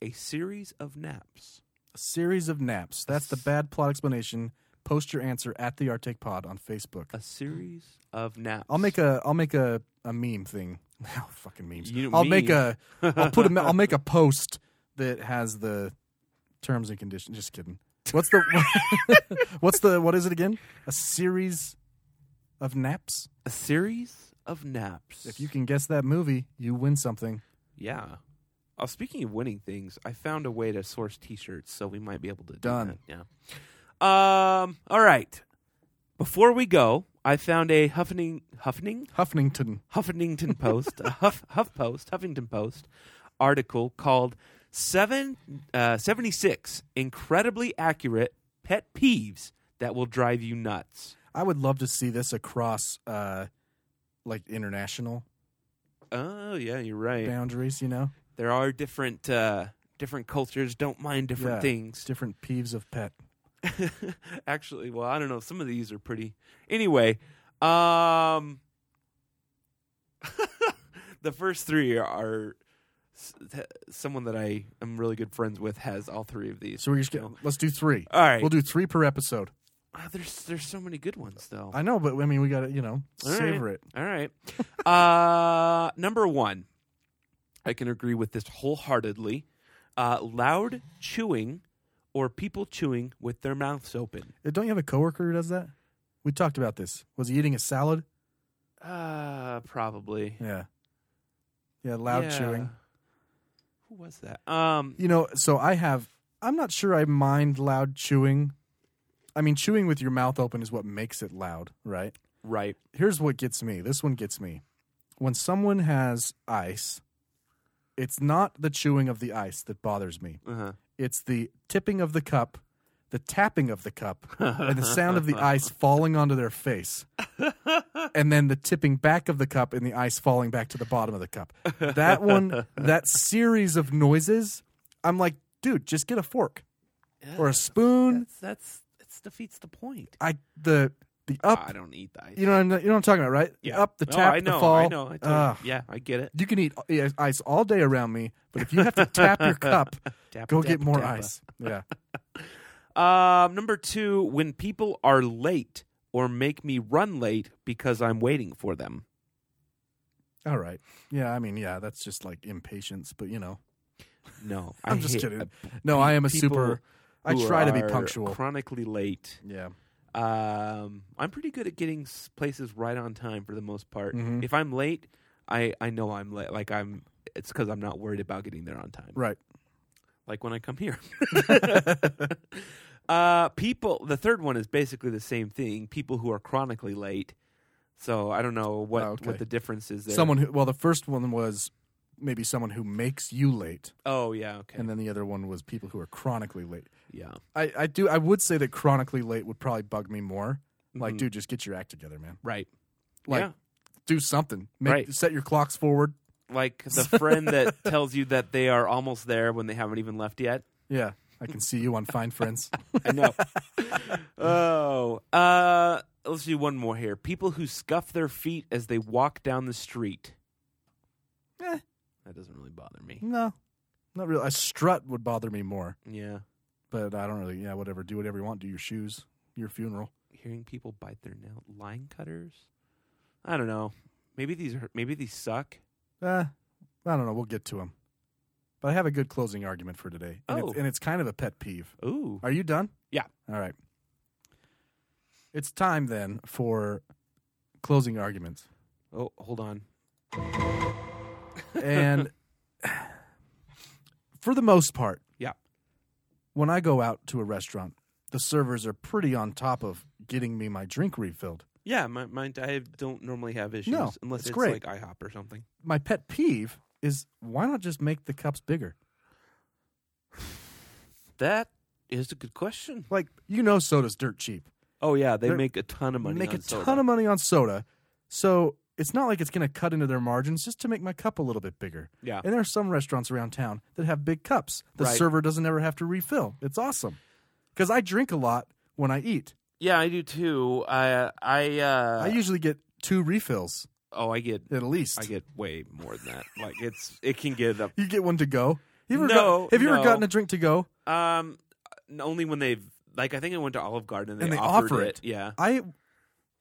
[SPEAKER 8] a series of naps.
[SPEAKER 5] A series of naps. That's the bad plot explanation. Post your answer at the Arctic Pod on Facebook.
[SPEAKER 8] A series of naps.
[SPEAKER 5] I'll make a. I'll make a, a meme thing. Oh, fucking memes.
[SPEAKER 8] You
[SPEAKER 5] I'll make
[SPEAKER 8] meme.
[SPEAKER 5] a. I'll put a. me- I'll make a post that has the terms and conditions. Just kidding. What's the? what's the? What is it again? A series of naps.
[SPEAKER 8] a series of naps.
[SPEAKER 5] If you can guess that movie, you win something.
[SPEAKER 8] yeah. Uh, speaking of winning things, I found a way to source T-shirts, so we might be able to do
[SPEAKER 5] Done.
[SPEAKER 8] that. Yeah. Um. All right. Before we go, I found a Huffing Huffing
[SPEAKER 5] Huffington.
[SPEAKER 8] Huffington Post, a Huff, Huff Post, Huffington Post article called seven, uh, 76 Incredibly Accurate Pet Peeves That Will Drive You Nuts.
[SPEAKER 5] I would love to see this across, uh, like international
[SPEAKER 8] Oh, yeah, you're right.
[SPEAKER 5] boundaries. You know,
[SPEAKER 8] There are different, uh, different cultures don't mind different
[SPEAKER 5] Yeah.
[SPEAKER 8] things.
[SPEAKER 5] different peeves of pet.
[SPEAKER 8] Actually, well, I don't know. Some of these are pretty. Anyway, um, the first three are s- th- someone that I am really good friends with has all three of these.
[SPEAKER 5] So we're just gonna, let's do three.
[SPEAKER 8] All right.
[SPEAKER 5] We'll do three per episode.
[SPEAKER 8] Ah, there's there's so many good ones though.
[SPEAKER 5] I know, but I mean, we gotta you know
[SPEAKER 8] All right.
[SPEAKER 5] savor it.
[SPEAKER 8] All right. uh, number one, I can agree with this wholeheartedly. Uh, loud chewing or people chewing with their mouths open.
[SPEAKER 5] Uh, Don't you have a coworker who does that? We talked about this. Was he eating a salad?
[SPEAKER 8] Uh, probably
[SPEAKER 5] Yeah. Yeah, loud
[SPEAKER 8] Yeah.
[SPEAKER 5] chewing.
[SPEAKER 8] Who was that? Um,
[SPEAKER 5] You know, so I have
[SPEAKER 7] I'm not sure I mind loud chewing. I mean, chewing with your mouth open is what makes it loud, right?
[SPEAKER 8] Right.
[SPEAKER 7] Here's what gets me. This one gets me. When someone has ice, it's not the chewing of the ice that bothers me.
[SPEAKER 8] Uh-huh.
[SPEAKER 7] It's the tipping of the cup, the tapping of the cup, and the sound of the ice falling onto their face. and then the tipping back of the cup and the ice falling back to the bottom of the cup. That one, that series of noises, I'm like, dude, just get a fork or a spoon.
[SPEAKER 5] That's that's that's defeats the point.
[SPEAKER 7] I the the up.
[SPEAKER 8] I don't eat the ice.
[SPEAKER 7] You know, what I'm, you know what I'm talking about, right?
[SPEAKER 8] Yeah.
[SPEAKER 7] Up the
[SPEAKER 8] No,
[SPEAKER 7] tap,
[SPEAKER 8] I know,
[SPEAKER 7] the fall.
[SPEAKER 8] I know. I totally-
[SPEAKER 7] Ugh.
[SPEAKER 8] yeah, I get it.
[SPEAKER 7] You can eat i- ice all day around me, but if you have to tap your cup,
[SPEAKER 8] Tap,
[SPEAKER 7] go
[SPEAKER 8] tap,
[SPEAKER 7] get more
[SPEAKER 8] tap.
[SPEAKER 7] ice. Yeah.
[SPEAKER 8] Um, number two, when people are late or make me run late because I'm waiting for them.
[SPEAKER 7] All right. Yeah. I mean, yeah, that's just like impatience, but you know,
[SPEAKER 8] No, I
[SPEAKER 7] I'm just
[SPEAKER 8] hate-
[SPEAKER 7] kidding.
[SPEAKER 8] uh,
[SPEAKER 7] No, I am a
[SPEAKER 8] people
[SPEAKER 7] super. I
[SPEAKER 8] who
[SPEAKER 7] try to be
[SPEAKER 8] are
[SPEAKER 7] punctual.
[SPEAKER 8] Chronically late.
[SPEAKER 7] yeah.
[SPEAKER 8] Um, I'm pretty good at getting s- places right on time for the most part.
[SPEAKER 7] Mhm.
[SPEAKER 8] If I'm late, I I know I'm late. Like I'm, it's because I'm not worried about getting there on time.
[SPEAKER 7] Right.
[SPEAKER 8] Like when I come here. uh, people. The third one is basically the same thing. People who are chronically late. So I don't know what
[SPEAKER 7] Oh, okay.
[SPEAKER 8] what the difference is there.
[SPEAKER 7] Someone who. Well, the first one was maybe someone who makes you late,
[SPEAKER 8] Oh yeah. Okay.
[SPEAKER 7] and then the other one was people who are chronically late.
[SPEAKER 8] yeah.
[SPEAKER 7] I, I do. I would say that chronically late would probably bug me more. Like,
[SPEAKER 8] Mhm.
[SPEAKER 7] dude, just get your act together, man.
[SPEAKER 8] Right.
[SPEAKER 7] Like,
[SPEAKER 8] yeah.
[SPEAKER 7] do something. Make,
[SPEAKER 8] Right.
[SPEAKER 7] Set your clocks forward.
[SPEAKER 8] Like the friend that tells you that they are almost there when they haven't even left yet.
[SPEAKER 7] Yeah, I can see you on Fine Friends.
[SPEAKER 8] I know. oh, uh, let's do one more here. People who scuff their feet as they walk down the street.
[SPEAKER 7] Eh.
[SPEAKER 8] That doesn't really bother me.
[SPEAKER 7] no, not really. A strut would bother me more,
[SPEAKER 8] Yeah,
[SPEAKER 7] but I don't really. Yeah, whatever. Do whatever you want. Do your shoes. Your funeral.
[SPEAKER 8] hearing people bite their nail line cutters. I don't know. Maybe these are maybe these suck.
[SPEAKER 7] Uh, I don't know. We'll get to them. But I have a good closing argument for today, and,
[SPEAKER 8] Oh.
[SPEAKER 7] it's, and it's kind of a pet peeve.
[SPEAKER 8] Ooh,
[SPEAKER 7] Are you done?
[SPEAKER 8] Yeah.
[SPEAKER 7] All right. It's time then for closing arguments.
[SPEAKER 8] oh, hold on.
[SPEAKER 7] and for the most part,
[SPEAKER 8] Yeah.
[SPEAKER 7] when I go out to a restaurant, the servers are pretty on top of getting me my drink refilled.
[SPEAKER 8] Yeah, my, my I don't normally have issues
[SPEAKER 7] No,
[SPEAKER 8] unless
[SPEAKER 7] it's
[SPEAKER 8] it's
[SPEAKER 7] great.
[SPEAKER 8] like IHOP or something.
[SPEAKER 7] My pet peeve is why not just make the cups bigger?
[SPEAKER 8] That is a good question.
[SPEAKER 7] Like you know, soda's dirt cheap.
[SPEAKER 8] Oh yeah, they
[SPEAKER 7] They're-
[SPEAKER 8] make a ton of money.
[SPEAKER 7] make
[SPEAKER 8] on
[SPEAKER 7] a
[SPEAKER 8] soda.
[SPEAKER 7] ton of money on soda, so it's not like it's going to cut into their margins just to make my cup a little bit bigger.
[SPEAKER 8] Yeah.
[SPEAKER 7] And there are some restaurants around town that have big cups. The
[SPEAKER 8] Right.
[SPEAKER 7] server doesn't ever have to refill. It's awesome because I drink a lot when I eat.
[SPEAKER 8] Yeah, I do too. I I uh,
[SPEAKER 7] I usually get two refills
[SPEAKER 8] oh I get
[SPEAKER 7] at least.
[SPEAKER 8] I get way more than that. Like it's it can get up.
[SPEAKER 7] you get one to go. You ever
[SPEAKER 8] No,
[SPEAKER 7] got- have you ever
[SPEAKER 8] no.
[SPEAKER 7] gotten a drink to go?
[SPEAKER 8] Um, only when they've like I think I went to Olive Garden and they,
[SPEAKER 7] And they
[SPEAKER 8] offered
[SPEAKER 7] offer
[SPEAKER 8] it. Yeah,
[SPEAKER 7] I,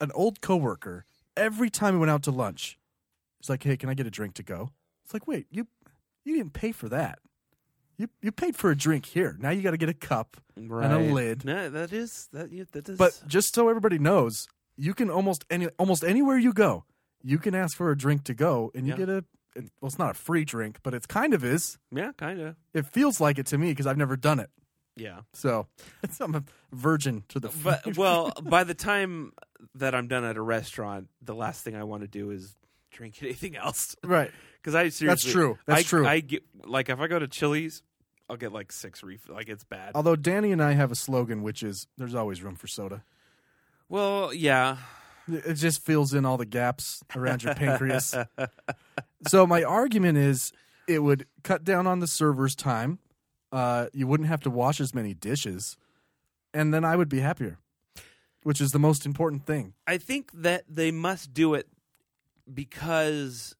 [SPEAKER 7] an old coworker, every time we went out to lunch, it's like, "Hey, can I get a drink to go?" It's like, "Wait, you, you didn't pay for that. You you paid for a drink here. Now you got to get a cup and a lid."
[SPEAKER 8] No, that is that. Yeah, that is.
[SPEAKER 7] But just so everybody knows, you can almost any almost anywhere you go, you can ask for a drink to go, and you
[SPEAKER 8] Yeah.
[SPEAKER 7] get a. Well, it's not a free drink, but it's kind of is.
[SPEAKER 8] yeah, kind of.
[SPEAKER 7] It feels like it to me because I've never done it.
[SPEAKER 8] Yeah,
[SPEAKER 7] So I'm a virgin to the.
[SPEAKER 8] but well, by the time that I'm done at a restaurant, the last thing I want to do is drink anything else
[SPEAKER 7] right.
[SPEAKER 8] because I seriously
[SPEAKER 7] true. That's
[SPEAKER 8] I-
[SPEAKER 7] true.
[SPEAKER 8] I get like if I go to Chili's, I'll get like six reef. Like it's bad.
[SPEAKER 7] Although Danny and I have a slogan, which is "There's always room for soda."
[SPEAKER 8] well, yeah,
[SPEAKER 7] It just fills in all the gaps around your pancreas. so my argument is, it would cut down on the server's time. Uh, you wouldn't have to wash as many dishes, and then I would be happier, which is the most important thing.
[SPEAKER 8] I think that they must do it because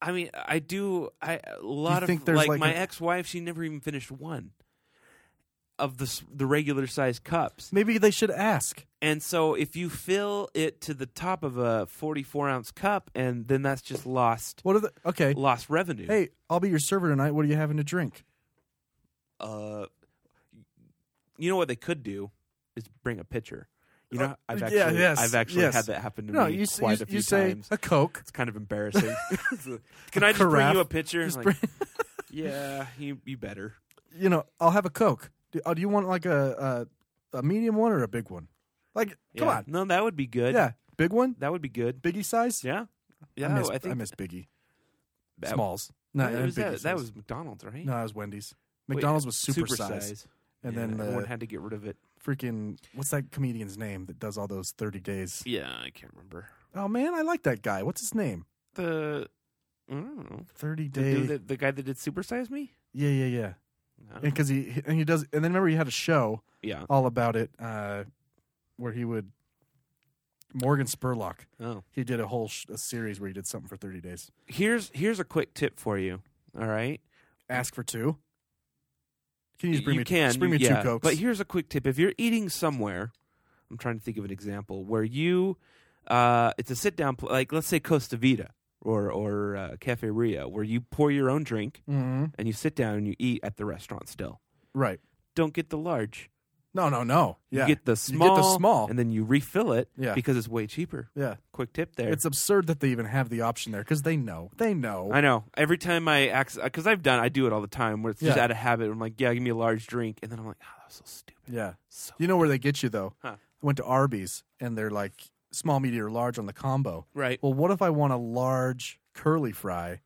[SPEAKER 8] I mean I do I a lot
[SPEAKER 7] think
[SPEAKER 8] of
[SPEAKER 7] there's
[SPEAKER 8] like,
[SPEAKER 7] like
[SPEAKER 8] my
[SPEAKER 7] a-
[SPEAKER 8] ex-wife she never even finished one of the s- the regular size cups.
[SPEAKER 7] Maybe they should ask.
[SPEAKER 8] And so if you fill it to the top of a 44 ounce cup and then that's just lost
[SPEAKER 7] What are the okay?
[SPEAKER 8] lost revenue.
[SPEAKER 7] Hey, I'll be your server tonight. What are you having to drink?
[SPEAKER 8] Uh you know what they could do is bring a pitcher. You know, I've
[SPEAKER 7] Uh, yeah,
[SPEAKER 8] actually,
[SPEAKER 7] yes,
[SPEAKER 8] I've actually
[SPEAKER 7] yes.
[SPEAKER 8] had that happen to
[SPEAKER 7] No,
[SPEAKER 8] me
[SPEAKER 7] you, s- you,
[SPEAKER 8] quite
[SPEAKER 7] s-
[SPEAKER 8] a few
[SPEAKER 7] you say
[SPEAKER 8] times.
[SPEAKER 7] a coke.
[SPEAKER 8] It's kind of embarrassing. Can I just bring
[SPEAKER 7] Carafe.
[SPEAKER 8] you a picture?
[SPEAKER 7] Just
[SPEAKER 8] Like,
[SPEAKER 7] bring-
[SPEAKER 8] yeah, you, you better.
[SPEAKER 7] you know, I'll have a Coke. Do, uh, do you want like a, a a medium one or a big one? Like, come
[SPEAKER 8] Yeah.
[SPEAKER 7] on,
[SPEAKER 8] No, that would be good.
[SPEAKER 7] yeah, big one,
[SPEAKER 8] That would be good.
[SPEAKER 7] biggie size.
[SPEAKER 8] Yeah. Yeah,
[SPEAKER 7] I miss,
[SPEAKER 8] I think
[SPEAKER 7] miss Biggie.
[SPEAKER 8] that-
[SPEAKER 7] Smalls. No,
[SPEAKER 8] No,
[SPEAKER 7] and
[SPEAKER 8] was
[SPEAKER 7] Biggie
[SPEAKER 8] that, that
[SPEAKER 7] size.
[SPEAKER 8] was McDonald's, right?
[SPEAKER 7] no, that was Wendy's. McDonald's was super, size, and
[SPEAKER 8] Yeah,
[SPEAKER 7] then
[SPEAKER 8] everyone
[SPEAKER 7] the
[SPEAKER 8] had to get rid of it.
[SPEAKER 7] freaking what's that comedian's name that does all those thirty days?
[SPEAKER 8] Yeah, I can't remember
[SPEAKER 7] Oh man, I like that guy. What's his name?
[SPEAKER 8] the. I don't know.
[SPEAKER 7] Thirty
[SPEAKER 8] The, dude
[SPEAKER 7] days.
[SPEAKER 8] that, the guy that did Supersize Me.
[SPEAKER 7] Yeah, yeah, yeah.
[SPEAKER 8] No.
[SPEAKER 7] Because he and he does, and then remember he had a show
[SPEAKER 8] Yeah.
[SPEAKER 7] all about it, uh, where he would Morgan Spurlock.
[SPEAKER 8] Oh.
[SPEAKER 7] He did a whole sh- a series where he did something for thirty days.
[SPEAKER 8] Here's here's a quick tip for you. All right.
[SPEAKER 7] Ask for two. Can you just bring me?
[SPEAKER 8] can
[SPEAKER 7] just bring me
[SPEAKER 8] yeah.
[SPEAKER 7] two cokes.
[SPEAKER 8] But here's a quick tip: if you're eating somewhere, I'm trying to think of an example where you, uh, it's a sit down, pl- like let's say Costa Vida or or uh, Cafe Rio, where you pour your own drink
[SPEAKER 7] Mhm.
[SPEAKER 8] and you sit down and you eat at the restaurant. Still,
[SPEAKER 7] right.
[SPEAKER 8] don't get the large.
[SPEAKER 7] No, no, no. Yeah,
[SPEAKER 8] You get the small,
[SPEAKER 7] You get the small.
[SPEAKER 8] and then you refill it
[SPEAKER 7] Yeah.
[SPEAKER 8] because it's way cheaper.
[SPEAKER 7] yeah,
[SPEAKER 8] Quick tip there.
[SPEAKER 7] it's absurd that they even have the option there because they know. They know.
[SPEAKER 8] I know. Every time I ask, because I've done, I do it all the time. Where it's just
[SPEAKER 7] Yeah.
[SPEAKER 8] out of habit. I'm like, yeah, give me a large drink, and then I'm like, oh, that was so stupid.
[SPEAKER 7] yeah.
[SPEAKER 8] So
[SPEAKER 7] You know where they get you though.
[SPEAKER 8] Huh.
[SPEAKER 7] I went to Arby's and they're like small, medium, or large on the combo.
[SPEAKER 8] right.
[SPEAKER 7] Well, what if I want a large curly fry,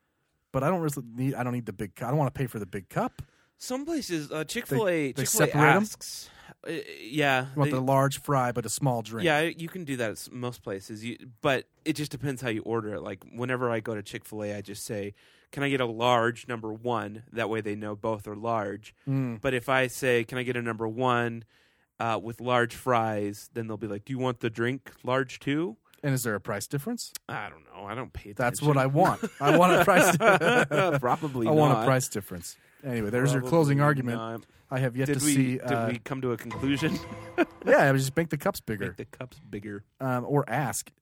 [SPEAKER 7] but I don't really need. I don't need the big. cu- I don't want to pay for the big cup.
[SPEAKER 8] Some places, uh, Chick Fil A,
[SPEAKER 7] they
[SPEAKER 8] Chick Fil A
[SPEAKER 7] separate 'em?
[SPEAKER 8] asks. Uh, yeah,
[SPEAKER 7] I want
[SPEAKER 8] they-
[SPEAKER 7] the large fry but a small drink.
[SPEAKER 8] yeah, you can do that at s- most places. You, but it just depends how you order it. Like whenever I go to Chick Fil A, I just say, "Can I get a large number one?" That way they know both are large.
[SPEAKER 7] Mm.
[SPEAKER 8] But if I say, "Can I get a number one uh, with large fries?" Then they'll be like, "Do you want the drink large too?"
[SPEAKER 7] And is there a price difference?
[SPEAKER 8] I don't know. I don't pay.
[SPEAKER 7] That's
[SPEAKER 8] attention.
[SPEAKER 7] what I want. I want a price.
[SPEAKER 8] Probably.
[SPEAKER 7] I want
[SPEAKER 8] not.
[SPEAKER 7] a price difference. Anyway, there's your
[SPEAKER 8] Probably
[SPEAKER 7] closing argument.
[SPEAKER 8] not.
[SPEAKER 7] I have yet
[SPEAKER 8] Did
[SPEAKER 7] to
[SPEAKER 8] we
[SPEAKER 7] see.
[SPEAKER 8] did
[SPEAKER 7] uh,
[SPEAKER 8] we come to a conclusion?
[SPEAKER 7] Yeah, I would just make the cups bigger
[SPEAKER 8] Make the cups bigger.
[SPEAKER 7] um, or ask.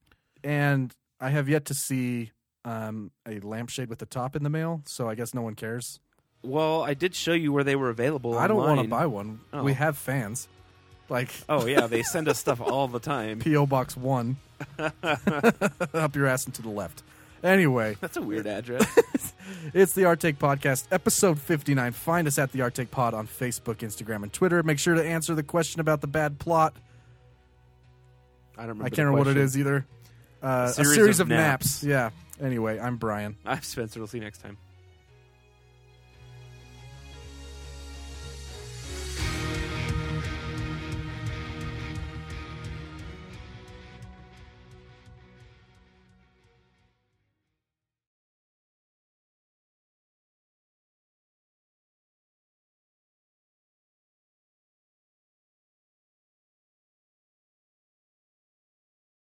[SPEAKER 7] And I have yet to see um, a lampshade with the top in the mail, so I guess no one cares.
[SPEAKER 8] Well, I did show you where they were available.
[SPEAKER 7] I don't
[SPEAKER 8] want
[SPEAKER 7] want to buy one.
[SPEAKER 8] Oh.
[SPEAKER 7] We have fans. Like
[SPEAKER 8] Oh yeah, they send us stuff all the time.
[SPEAKER 7] P.O. Box 1. Up your ass and to the left. Anyway,
[SPEAKER 8] That's a weird address.
[SPEAKER 7] it's the Art Take Podcast, episode 59. Find us at the Art Take Pod on Facebook, Instagram, and Twitter. Make sure to answer the question about the bad plot.
[SPEAKER 8] I don't remember.
[SPEAKER 7] I
[SPEAKER 8] the
[SPEAKER 7] can't remember what it
[SPEAKER 8] question.
[SPEAKER 7] is either. Uh, a series, of, naps. Yeah. Anyway, I'm Brian.
[SPEAKER 8] I'm Spencer. We'll see you next time.